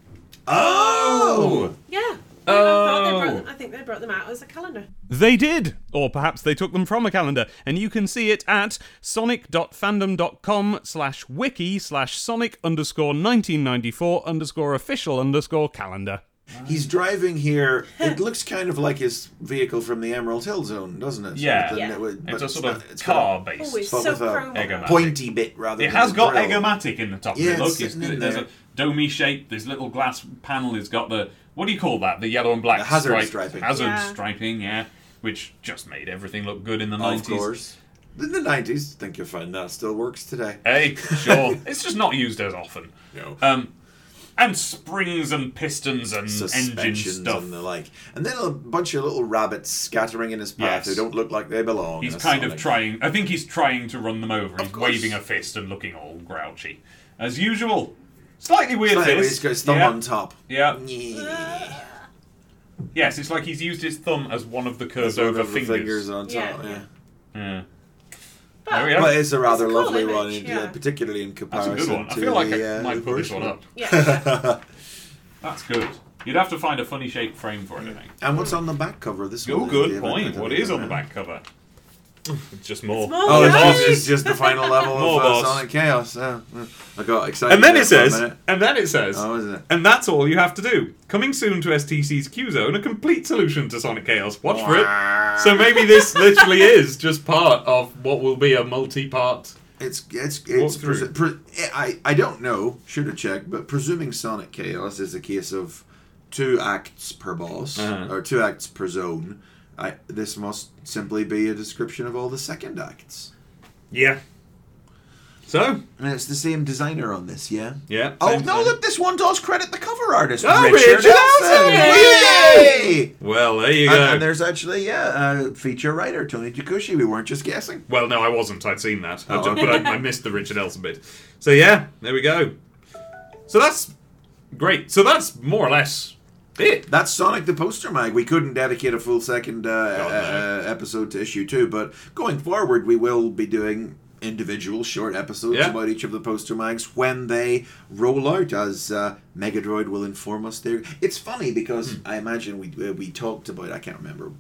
Speaker 2: Oh.
Speaker 3: Yeah. I thought they
Speaker 1: Oh.
Speaker 3: brought them- I think they brought them out as a calendar.
Speaker 4: They did! Or perhaps they took them from a calendar, and you can see it at sonic.fandom.com slash wiki slash sonic underscore 1994 underscore official underscore calendar.
Speaker 2: He's driving here. It looks kind of like his vehicle from the Emerald Hill Zone, doesn't it?
Speaker 1: Yeah.
Speaker 2: But then
Speaker 3: Yeah.
Speaker 2: it would- but
Speaker 1: It's a sort
Speaker 2: not-
Speaker 1: of
Speaker 2: it's got a
Speaker 1: car
Speaker 3: Oh,
Speaker 1: based.
Speaker 3: it's
Speaker 2: But
Speaker 3: so
Speaker 2: with a-
Speaker 3: chrome.
Speaker 1: Eggomat.
Speaker 2: Pointy bit rather.
Speaker 1: It
Speaker 2: than
Speaker 1: has
Speaker 2: a
Speaker 1: got
Speaker 2: grill.
Speaker 1: Egomatic in the top
Speaker 2: Yeah,
Speaker 1: of it.
Speaker 2: it's
Speaker 1: Look, it's,
Speaker 2: sitting in
Speaker 1: there's
Speaker 2: there.
Speaker 1: a domey shape. This little glass panel has got the what do you call that? The yellow and black
Speaker 2: The hazard
Speaker 1: stripe-
Speaker 2: striping.
Speaker 1: Hazard
Speaker 3: Yeah.
Speaker 1: striping, yeah, which just made everything look good in the
Speaker 2: Of
Speaker 1: nineties.
Speaker 2: course. In the nineties, think you'll find that still works today.
Speaker 1: Hey, sure. it's just not used as often.
Speaker 2: No.
Speaker 1: Um, and springs and pistons and engine
Speaker 2: Suspensions
Speaker 1: stuff.
Speaker 2: and the like, and then a bunch of little rabbits scattering in his
Speaker 1: Yes.
Speaker 2: path who don't look like they belong.
Speaker 1: He's
Speaker 2: in a
Speaker 1: kind of
Speaker 2: Sonic.
Speaker 1: trying. I think he's trying to run them over. He's
Speaker 2: course.
Speaker 1: waving a fist and looking all grouchy, as usual. Slightly weird
Speaker 2: Anyway,
Speaker 1: fist.
Speaker 2: he's got his thumb
Speaker 1: yeah.
Speaker 2: on top.
Speaker 1: Yeah.
Speaker 2: Yeah.
Speaker 1: Yes, it's like he's used his thumb as one of the curved
Speaker 2: One
Speaker 1: over
Speaker 2: of the
Speaker 1: fingers.
Speaker 2: fingers on top.
Speaker 3: Yeah,
Speaker 2: Yeah.
Speaker 3: yeah.
Speaker 1: Yeah.
Speaker 3: But-
Speaker 1: There we are.
Speaker 2: But it's a rather
Speaker 3: It's a cool
Speaker 2: lovely
Speaker 3: image,
Speaker 2: one, in-
Speaker 3: yeah.
Speaker 2: particularly in
Speaker 1: That's a
Speaker 2: comparison
Speaker 1: good one. I
Speaker 2: to
Speaker 1: feel like
Speaker 2: the,
Speaker 1: I
Speaker 2: uh,
Speaker 1: might put this one up.
Speaker 3: Yeah.
Speaker 1: That's good. You'd have to find a funny shaped frame for it, I think.
Speaker 2: And what's on the back cover of this
Speaker 1: Oh,
Speaker 2: one?
Speaker 1: good
Speaker 2: David?
Speaker 1: point.
Speaker 2: I
Speaker 1: What
Speaker 2: don't
Speaker 1: is on the
Speaker 2: know.
Speaker 1: back cover? It's just more.
Speaker 3: more
Speaker 2: Oh,
Speaker 3: Oh,
Speaker 2: it's,
Speaker 3: yeah.
Speaker 2: just, it's just the final level
Speaker 1: More
Speaker 2: of uh,
Speaker 1: boss.
Speaker 2: Sonic Chaos. Yeah. yeah. I got excited.
Speaker 1: And then
Speaker 2: there
Speaker 1: it
Speaker 2: for a
Speaker 1: says,
Speaker 2: minute.
Speaker 1: and then it says,
Speaker 2: Oh, is it?
Speaker 1: and that's all you have to do. Coming soon to STC's Q Zone, a complete solution to Sonic Chaos. Watch for it. So maybe this literally is just part of what will be a multi-part.
Speaker 2: It's it's it's
Speaker 1: through.
Speaker 2: presu- pre- I I don't know. Should have checked, but presuming Sonic Chaos is a case of two acts per boss
Speaker 1: Uh-huh.
Speaker 2: or two acts per zone. I, this must simply be a description of all the second acts.
Speaker 1: Yeah. So
Speaker 2: And it's the same designer on this, yeah?
Speaker 1: yeah.
Speaker 2: Oh,
Speaker 1: same
Speaker 2: no,
Speaker 1: thing.
Speaker 2: look, this one does credit the cover artist.
Speaker 1: Oh, Richard Elson!
Speaker 2: Yay!
Speaker 1: Well, there you
Speaker 2: And,
Speaker 1: go.
Speaker 2: and there's actually, yeah, a feature writer, Tony Jakushi. We weren't just guessing.
Speaker 1: Well, no, I wasn't. I'd seen that, I
Speaker 2: Oh,
Speaker 1: ju-
Speaker 2: okay.
Speaker 1: but I, I missed the Richard Elson bit. So yeah, there we go. So that's great. So that's more or less it.
Speaker 2: That's Sonic the Poster Mag. We couldn't dedicate a full second uh, uh,
Speaker 1: no.
Speaker 2: episode to issue two, but going forward, we will be doing individual short episodes
Speaker 1: Yeah.
Speaker 2: about each of the poster mags when they roll out as uh, Megadroid will inform us there. It's funny
Speaker 1: Hmm.
Speaker 2: because I imagine we uh, we talked about I can't remember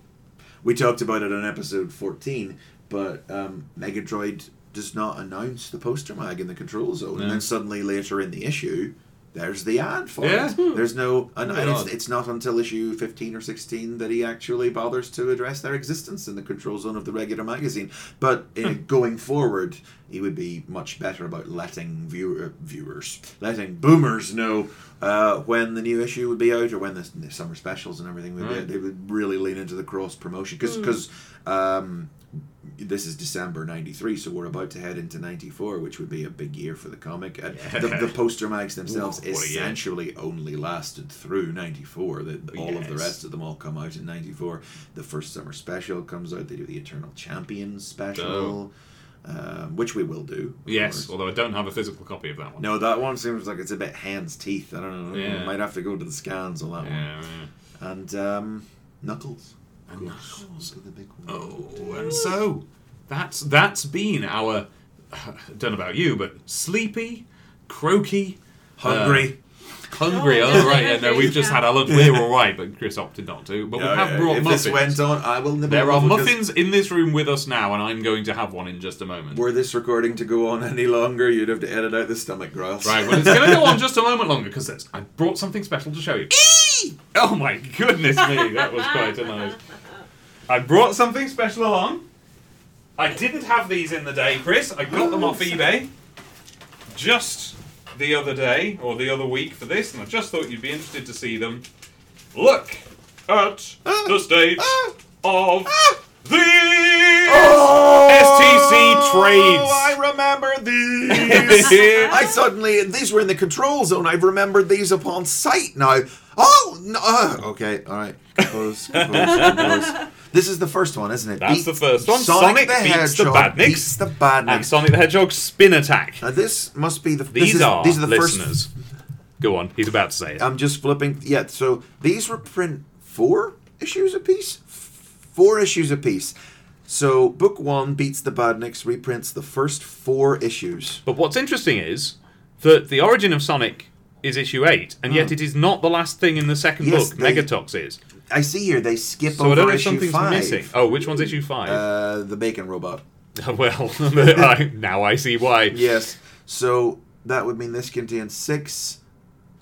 Speaker 2: we talked about it on episode 14 but um, megadroid does not announce the poster mag in the control zone and then suddenly later in the issue there's the ad for
Speaker 1: Yeah. Hmm.
Speaker 2: it. There's no, and, and it's,
Speaker 1: odd.
Speaker 2: it's not until issue 15 or 16 that he actually bothers to address their existence in the control zone of the regular magazine. But uh,
Speaker 1: Hmm.
Speaker 2: going forward, he would be much better about letting viewer, viewers, letting boomers know uh, when the new issue would be out or when the, the summer specials and everything
Speaker 1: Hmm.
Speaker 2: would be out. They would really lean into the cross promotion because um, this is December 93, so we're about to head into 94, which would be a big year for the comic. And the, the poster mags themselves
Speaker 1: Ooh, what a year.
Speaker 2: essentially only lasted through 94. The, all of the
Speaker 1: Oh, Yes.
Speaker 2: rest of them all come out in 94. The first summer special comes out. They do the Eternal Champions special, um, which we will do.
Speaker 1: Oh.
Speaker 2: of
Speaker 1: Yes,
Speaker 2: course.
Speaker 1: although I don't have a physical copy of that one.
Speaker 2: No, that one seems like it's a bit hands teeth. I don't know.
Speaker 1: Yeah.
Speaker 2: Might have to go to the scans on that
Speaker 1: Yeah, yeah.
Speaker 2: one. And um, Knuckles.
Speaker 1: And Knuckles.
Speaker 2: The big one.
Speaker 1: Oh, and so that's that's been our. don't know about you, but sleepy, croaky,
Speaker 2: Hungry.
Speaker 1: Uh, hungry.
Speaker 3: Oh,
Speaker 1: Oh,
Speaker 3: yeah,
Speaker 1: right, yeah, no,
Speaker 3: hungry,
Speaker 1: we've just
Speaker 3: yeah.
Speaker 1: had our lunch. We're all right, but Chris opted not to. But
Speaker 2: Yeah,
Speaker 1: we have
Speaker 2: Oh, yeah,
Speaker 1: brought
Speaker 2: if
Speaker 1: muffins.
Speaker 2: this went on, I will never.
Speaker 1: there are
Speaker 2: know because
Speaker 1: muffins in this room with us now, and I'm going to have one in just a moment.
Speaker 2: Were this recording to go on any longer, you'd have to edit out the stomach growls.
Speaker 1: Right, well, it's going to go on just a moment longer because I brought something special to show you. Oh my goodness me, that was quite a noise. I brought something special along. I didn't have these in the day, Chris. I got them off eBay just the other day or the other week for this, and I just thought you'd be interested to see them. Look at the state of the STC
Speaker 2: Oh, I
Speaker 1: trades.
Speaker 2: remember these. I suddenly these were in the control zone. I've remembered these upon sight now. Oh no! uh, okay, all right. Compose, compose, compose. This is the first one, isn't it?
Speaker 1: That's the first one. Sonic beats the Badniks.
Speaker 2: Beats the Badniks.
Speaker 1: and Sonic the Hedgehog's spin attack.
Speaker 2: Now, this must be the.
Speaker 1: These
Speaker 2: this is,
Speaker 1: are
Speaker 2: these are the first
Speaker 1: listeners. Go on, he's about to say it.
Speaker 2: I'm just flipping. Yeah, so these were print four issues a piece. Four issues a piece. So book one beats the Badniks reprints the first four issues.
Speaker 1: but what's interesting is that the origin of Sonic is issue eight, and yet it is not the last thing in the second
Speaker 2: Hmm. Yes,
Speaker 1: book.
Speaker 2: they-
Speaker 1: Megatox is.
Speaker 2: I see here they skip
Speaker 1: So I don't
Speaker 2: over
Speaker 1: know if
Speaker 2: issue
Speaker 1: something's
Speaker 2: five.
Speaker 1: missing. Oh, which one's issue five?
Speaker 2: Uh, the bacon robot.
Speaker 1: well, I, now I see why.
Speaker 2: Yes. So that would mean this contains six,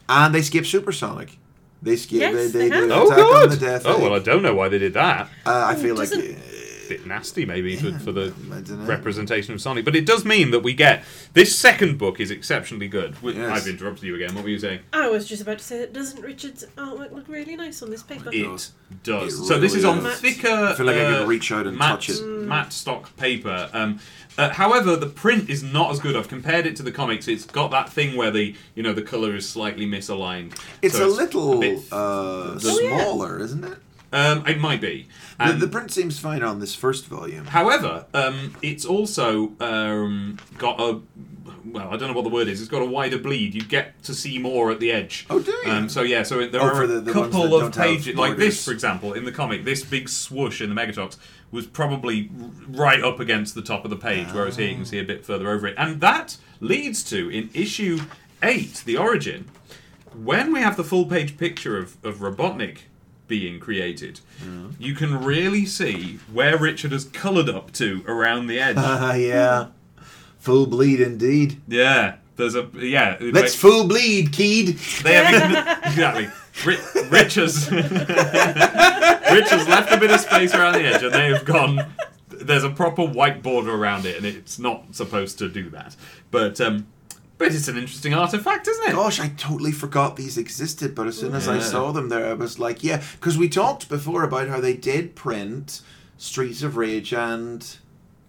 Speaker 2: and they skip Supersonic. They skip.
Speaker 3: Yes, uh-huh.
Speaker 2: they,
Speaker 3: they have.
Speaker 2: do
Speaker 1: Oh
Speaker 2: Attack on the
Speaker 1: god!
Speaker 2: Death.
Speaker 1: Oh well, I
Speaker 2: Ray.
Speaker 1: don't know why they did that.
Speaker 2: uh, I feel like
Speaker 3: doesn't-
Speaker 2: uh,
Speaker 1: bit nasty maybe for, for the
Speaker 2: I dunno.
Speaker 1: representation of Sonic. But it does mean that we get this second book is exceptionally good. Wi-
Speaker 2: Yes.
Speaker 1: I've interrupted you again. What were you saying?
Speaker 3: I was just about to say that doesn't Richard's artwork look really nice on this paper?
Speaker 1: It does.
Speaker 2: It
Speaker 1: so this is
Speaker 2: really
Speaker 1: on
Speaker 2: does.
Speaker 1: thicker.
Speaker 2: I feel like I
Speaker 1: uh,
Speaker 2: could reach out and
Speaker 1: matte,
Speaker 2: touch it.
Speaker 1: matte stock paper. Um, uh, however, the print is not as good. I've compared it to the comics. It's got that thing where the you know the color is slightly misaligned.
Speaker 2: It's
Speaker 1: So
Speaker 2: a little
Speaker 1: bit-
Speaker 2: uh,
Speaker 3: Oh, yeah.
Speaker 2: smaller, isn't it?
Speaker 1: um, it might be.
Speaker 2: The,
Speaker 1: And-
Speaker 2: the print seems fine on this first volume.
Speaker 1: However, um, it's also um, got a well, I don't know what the word is. It's got a wider bleed. You get to see more at the edge.
Speaker 2: Oh, do you?
Speaker 1: Um, so yeah, so there
Speaker 2: Oh,
Speaker 1: are
Speaker 2: for
Speaker 1: a
Speaker 2: the- the ones
Speaker 1: couple
Speaker 2: that
Speaker 1: of
Speaker 2: don't have
Speaker 1: pages like this,
Speaker 2: borders.
Speaker 1: for example, in the comic. This big swoosh in the Megatox was probably r- right up against the top of the page, whereas here you can see a bit further over it, and that leads to in issue eight, the origin when we have the full page picture of, of Robotnik being created, you can really see where Richard has coloured up to around the edge.
Speaker 2: Ah, yeah. Full bleed indeed.
Speaker 1: yeah, there's a yeah. it-
Speaker 2: Let's full bleed, Keed.
Speaker 1: they have exactly. Ri- Rich has Rich has left a bit of space around the edge, and they have gone. There's a proper white border around it, and it's not supposed to do that. But um, but it's an interesting artifact, isn't it?
Speaker 2: Gosh, I totally forgot these existed, but as soon as I
Speaker 1: Yeah.
Speaker 2: saw them there, I was like, yeah. Because we talked before about how they did print Streets of Rage and.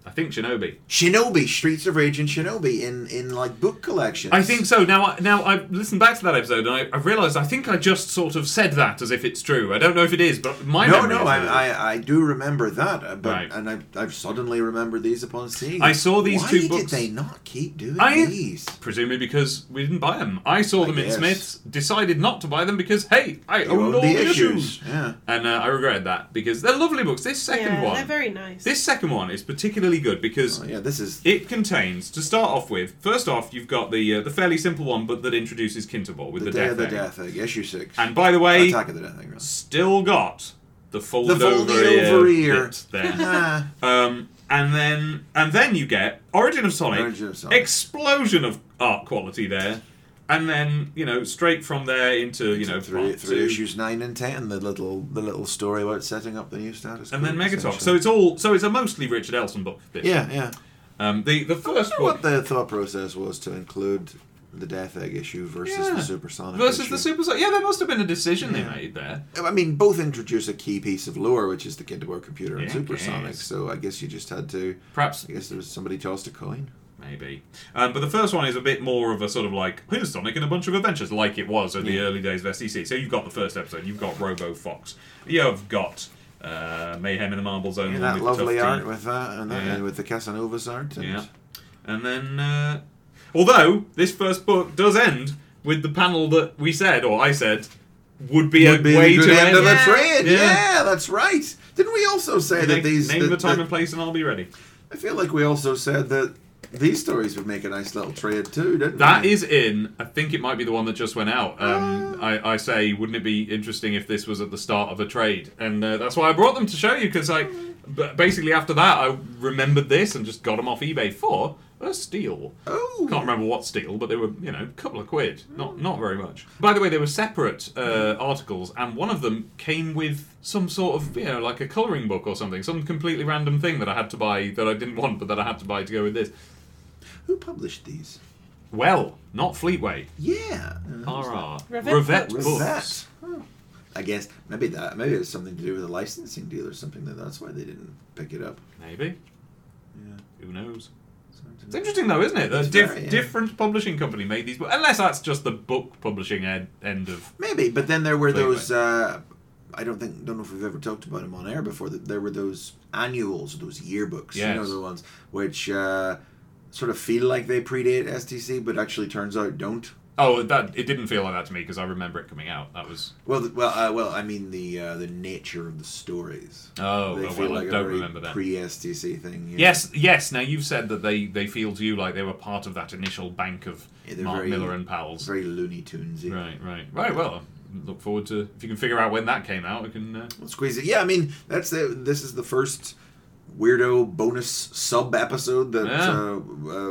Speaker 1: I think Shinobi.
Speaker 2: Shinobi, Streets of Rage and Shinobi in, in like book collections.
Speaker 1: I think so. Now, I, now I've listened back to that episode and I, I've realised I think I just sort of said that as if it's true. I don't know if it is, but my
Speaker 2: No,
Speaker 1: memory
Speaker 2: no,
Speaker 1: is
Speaker 2: I,
Speaker 1: that it is.
Speaker 2: I, I do remember that, uh, but
Speaker 1: Right.
Speaker 2: and I, I've suddenly remembered these upon seeing.
Speaker 1: I
Speaker 2: it.
Speaker 1: saw these
Speaker 2: Why
Speaker 1: two
Speaker 2: did
Speaker 1: books-
Speaker 2: they not keep doing
Speaker 1: I-
Speaker 2: these?
Speaker 1: presumably because we didn't buy them. I saw them in
Speaker 2: guess.
Speaker 1: Smiths, decided not to buy them because hey, I
Speaker 2: You
Speaker 1: owned
Speaker 2: own
Speaker 1: all the issues,
Speaker 2: Yeah.
Speaker 1: and uh, I regretted that because they're lovely books. This second
Speaker 3: yeah,
Speaker 1: one,
Speaker 3: they're very nice.
Speaker 1: this second one is particularly good because
Speaker 2: Oh, yeah, this is
Speaker 1: It contains, to start off with, first off, you've got the uh, the fairly simple one, but that introduces Kinterball with
Speaker 2: the,
Speaker 1: the,
Speaker 2: Day
Speaker 1: death
Speaker 2: of the
Speaker 1: egg.
Speaker 2: Death Egg, issue six.
Speaker 1: And by the way,
Speaker 2: Attack of the Death Egg. Right?
Speaker 1: still got the folded,
Speaker 2: folded
Speaker 1: over, ear
Speaker 2: over ear.
Speaker 1: bit there.
Speaker 2: Ah,
Speaker 1: um, and then and then you get Origin of Sonic,
Speaker 2: Origin of Sonic.
Speaker 1: explosion of art quality there. and then you know straight from there into you know
Speaker 2: Three,
Speaker 1: part
Speaker 2: three
Speaker 1: two.
Speaker 2: issues nine and ten. The little the little story about setting up the new status.
Speaker 1: and
Speaker 2: quo,
Speaker 1: then Megatop. So
Speaker 2: essentially.
Speaker 1: it's all so it's a mostly Richard Elson book. This.
Speaker 2: yeah, yeah.
Speaker 1: Um, the the
Speaker 2: I
Speaker 1: first
Speaker 2: wonder
Speaker 1: book
Speaker 2: what the thought process was to include the Death Egg issue versus
Speaker 1: Yeah.
Speaker 2: the Supersonic
Speaker 1: versus
Speaker 2: issue.
Speaker 1: the Super. Yeah, there must have been a decision
Speaker 2: Yeah.
Speaker 1: they made there.
Speaker 2: I mean, both introduce a key piece of lore, which is the Kidware computer and
Speaker 1: Yeah,
Speaker 2: Supersonic.
Speaker 1: yes.
Speaker 2: So I guess you just had to.
Speaker 1: Perhaps
Speaker 2: I guess there was somebody tossed a coin.
Speaker 1: maybe. Um, but the first one is a bit more of a sort of like here's Sonic and a bunch of adventures, like it was in the early days of SEC. So you've got the first episode, you've got Robo Fox, you've got uh, Mayhem in the Marble Zone,
Speaker 2: And
Speaker 1: the
Speaker 2: that
Speaker 1: one with the
Speaker 2: lovely
Speaker 1: tough
Speaker 2: art
Speaker 1: tea.
Speaker 2: with that, and, that,
Speaker 1: Yeah.
Speaker 2: and with the Casanova's art. And
Speaker 1: Yeah. And then, uh, although this first book does end with the panel that we said, or I said, would be a
Speaker 2: Would be
Speaker 1: way
Speaker 2: the
Speaker 1: to
Speaker 2: good
Speaker 1: end.
Speaker 2: end of a
Speaker 3: Yeah.
Speaker 2: trade.
Speaker 1: Yeah.
Speaker 2: Yeah. that's right. Didn't we also say
Speaker 1: Name-
Speaker 2: that these?
Speaker 1: name
Speaker 2: that-
Speaker 1: the time
Speaker 2: that-
Speaker 1: and place, and I'll be ready.
Speaker 2: I feel like we also said that these stories would make a nice little trade too, didn't
Speaker 1: That
Speaker 2: we?
Speaker 1: is in. I think it might be the one that just went out. Um, I, I say, wouldn't it be interesting if this was at the start of a trade? And uh, that's why I brought them to show you because I, b- basically after that, I remembered this and just got them off eBay for a steal.
Speaker 2: Oh.
Speaker 1: Can't remember what steal, but they were you know a couple of quid, not not very much. By the way, they were separate uh, articles, and one of them came with some sort of you know like a coloring book or something, some completely random thing that I had to buy that I didn't want, but that I had to buy to go with this.
Speaker 2: Who published these?
Speaker 1: Well, not Fleetway.
Speaker 2: Yeah.
Speaker 1: RR.
Speaker 3: Revet
Speaker 1: Revet
Speaker 3: Books.
Speaker 2: Rosette. Oh. I guess maybe that maybe it was something to do with the licensing deal or something. That that's why they didn't pick it up.
Speaker 1: Maybe.
Speaker 2: Yeah.
Speaker 1: Who knows?
Speaker 2: Something.
Speaker 1: It's interesting though, isn't it? That diff-
Speaker 2: very, yeah.
Speaker 1: different publishing company made these books. Unless that's just the book publishing ed- end of.
Speaker 2: Maybe, but then there were
Speaker 1: Wait,
Speaker 2: those. Uh, I don't think, don't know if we've ever talked about them on air before. That there were those annuals, those yearbooks. You know
Speaker 1: Yes.
Speaker 2: the ones which uh, sort of feel like they predate STC, but actually turns out don't.
Speaker 1: Oh, that it didn't feel like that to me because I remember it coming out. That was.
Speaker 2: Well, th- well, uh, well. I mean the uh, the nature of the stories.
Speaker 1: Oh,
Speaker 2: they
Speaker 1: oh,
Speaker 2: feel
Speaker 1: well,
Speaker 2: like
Speaker 1: I
Speaker 2: a
Speaker 1: don't
Speaker 2: very
Speaker 1: remember that.
Speaker 2: pre-STC thing. you know.
Speaker 1: Yes, yes. Now you've said that they, they feel to you like they were part of that initial bank of
Speaker 2: Yeah, they're
Speaker 1: Mark
Speaker 2: very-
Speaker 1: Miller and pals.
Speaker 2: very Looney Tunesy.
Speaker 1: Right, right, right. Well, look forward to if you can figure out when that came out. We can. Uh,
Speaker 2: We'll squeeze it. Yeah, I mean that's the, this is the first weirdo bonus sub episode that.
Speaker 1: Yeah.
Speaker 2: Uh,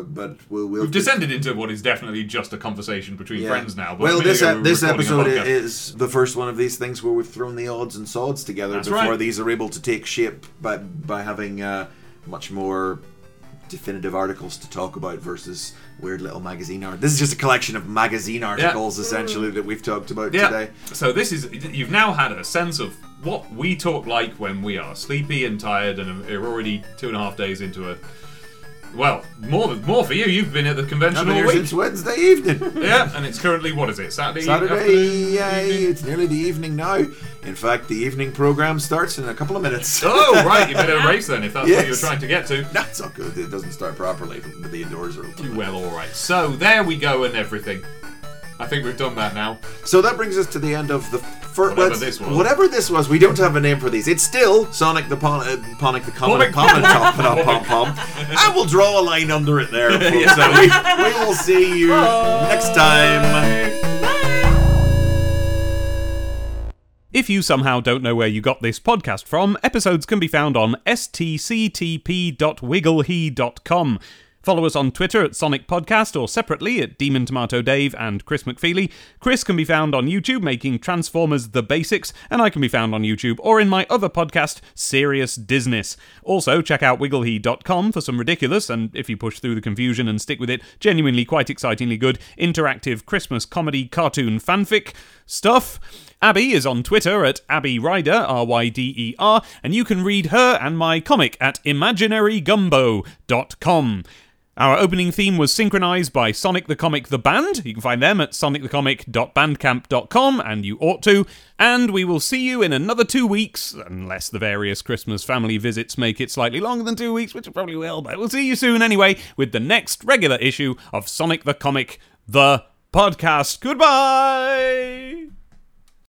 Speaker 2: uh, but we'll we'll
Speaker 1: We've descended into what is definitely just a conversation between
Speaker 2: Yeah.
Speaker 1: friends now. But a
Speaker 2: well,
Speaker 1: minute
Speaker 2: this
Speaker 1: ago we
Speaker 2: uh, e-,
Speaker 1: were
Speaker 2: this
Speaker 1: recording a podcast.
Speaker 2: episode i- is the first one of these things where we've thrown the odds and sods together
Speaker 1: That's
Speaker 2: before
Speaker 1: right.
Speaker 2: these are able to take shape by by having uh, much more definitive articles to talk about versus weird little magazine art. This is just a collection of magazine articles essentially that we've talked about today.
Speaker 1: So this is you've now had a sense of what we talk like when we are sleepy and tired, and are already two and a half days into a. Well, more than- more for you. You've been at the
Speaker 2: I've
Speaker 1: convention
Speaker 2: been
Speaker 1: all
Speaker 2: here
Speaker 1: week.
Speaker 2: since Wednesday evening.
Speaker 1: Yeah, and it's currently what is it? Saturday.
Speaker 2: Saturday,
Speaker 1: afternoon,
Speaker 2: yay!
Speaker 1: evening?
Speaker 2: It's nearly the evening now. In fact, the evening program starts in a couple of minutes.
Speaker 1: Oh right, you better race then if that's what you're
Speaker 2: Yes.
Speaker 1: trying to get to.
Speaker 2: That's not good. It doesn't start properly, but the doors are open.
Speaker 1: Well, all right. So there we go and everything. I think we've done that now.
Speaker 2: So that brings us to the end of the first.
Speaker 1: Whatever this was.
Speaker 2: Whatever this was, we don't have a name for these. It's still Sonic the Pon- uh, Ponic the
Speaker 1: Ponic.
Speaker 2: Common Common Top and a Pom Pom. I will draw a line under it there, folks.
Speaker 1: Yeah.
Speaker 2: So we, we will see you next time.
Speaker 4: If you somehow don't know where you got this podcast from, episodes can be found on stctp.wigglehe.com. Follow us on Twitter at Sonic Podcast or separately at Demon Tomato Dave and Chris McFeely. Chris can be found on YouTube making Transformers the Basics, and I can be found on YouTube or in my other podcast, Serious Disness. Also, check out wigglehe.com for some ridiculous and, if you push through the confusion and stick with it, genuinely quite excitingly good interactive Christmas comedy cartoon fanfic stuff. Abby is on Twitter at Abby Ryder, R Y D E R, and you can read her and my comic at imaginarygumbo.com. Our opening theme was synchronized by Sonic the Comic The Band. You can find them at sonicthecomic.bandcamp.com, and you ought to. And we will see you in another two weeks, unless the various Christmas family visits make it slightly longer than two weeks, which it probably will, but we'll see you soon anyway with the next regular issue of Sonic the Comic The Podcast. Goodbye!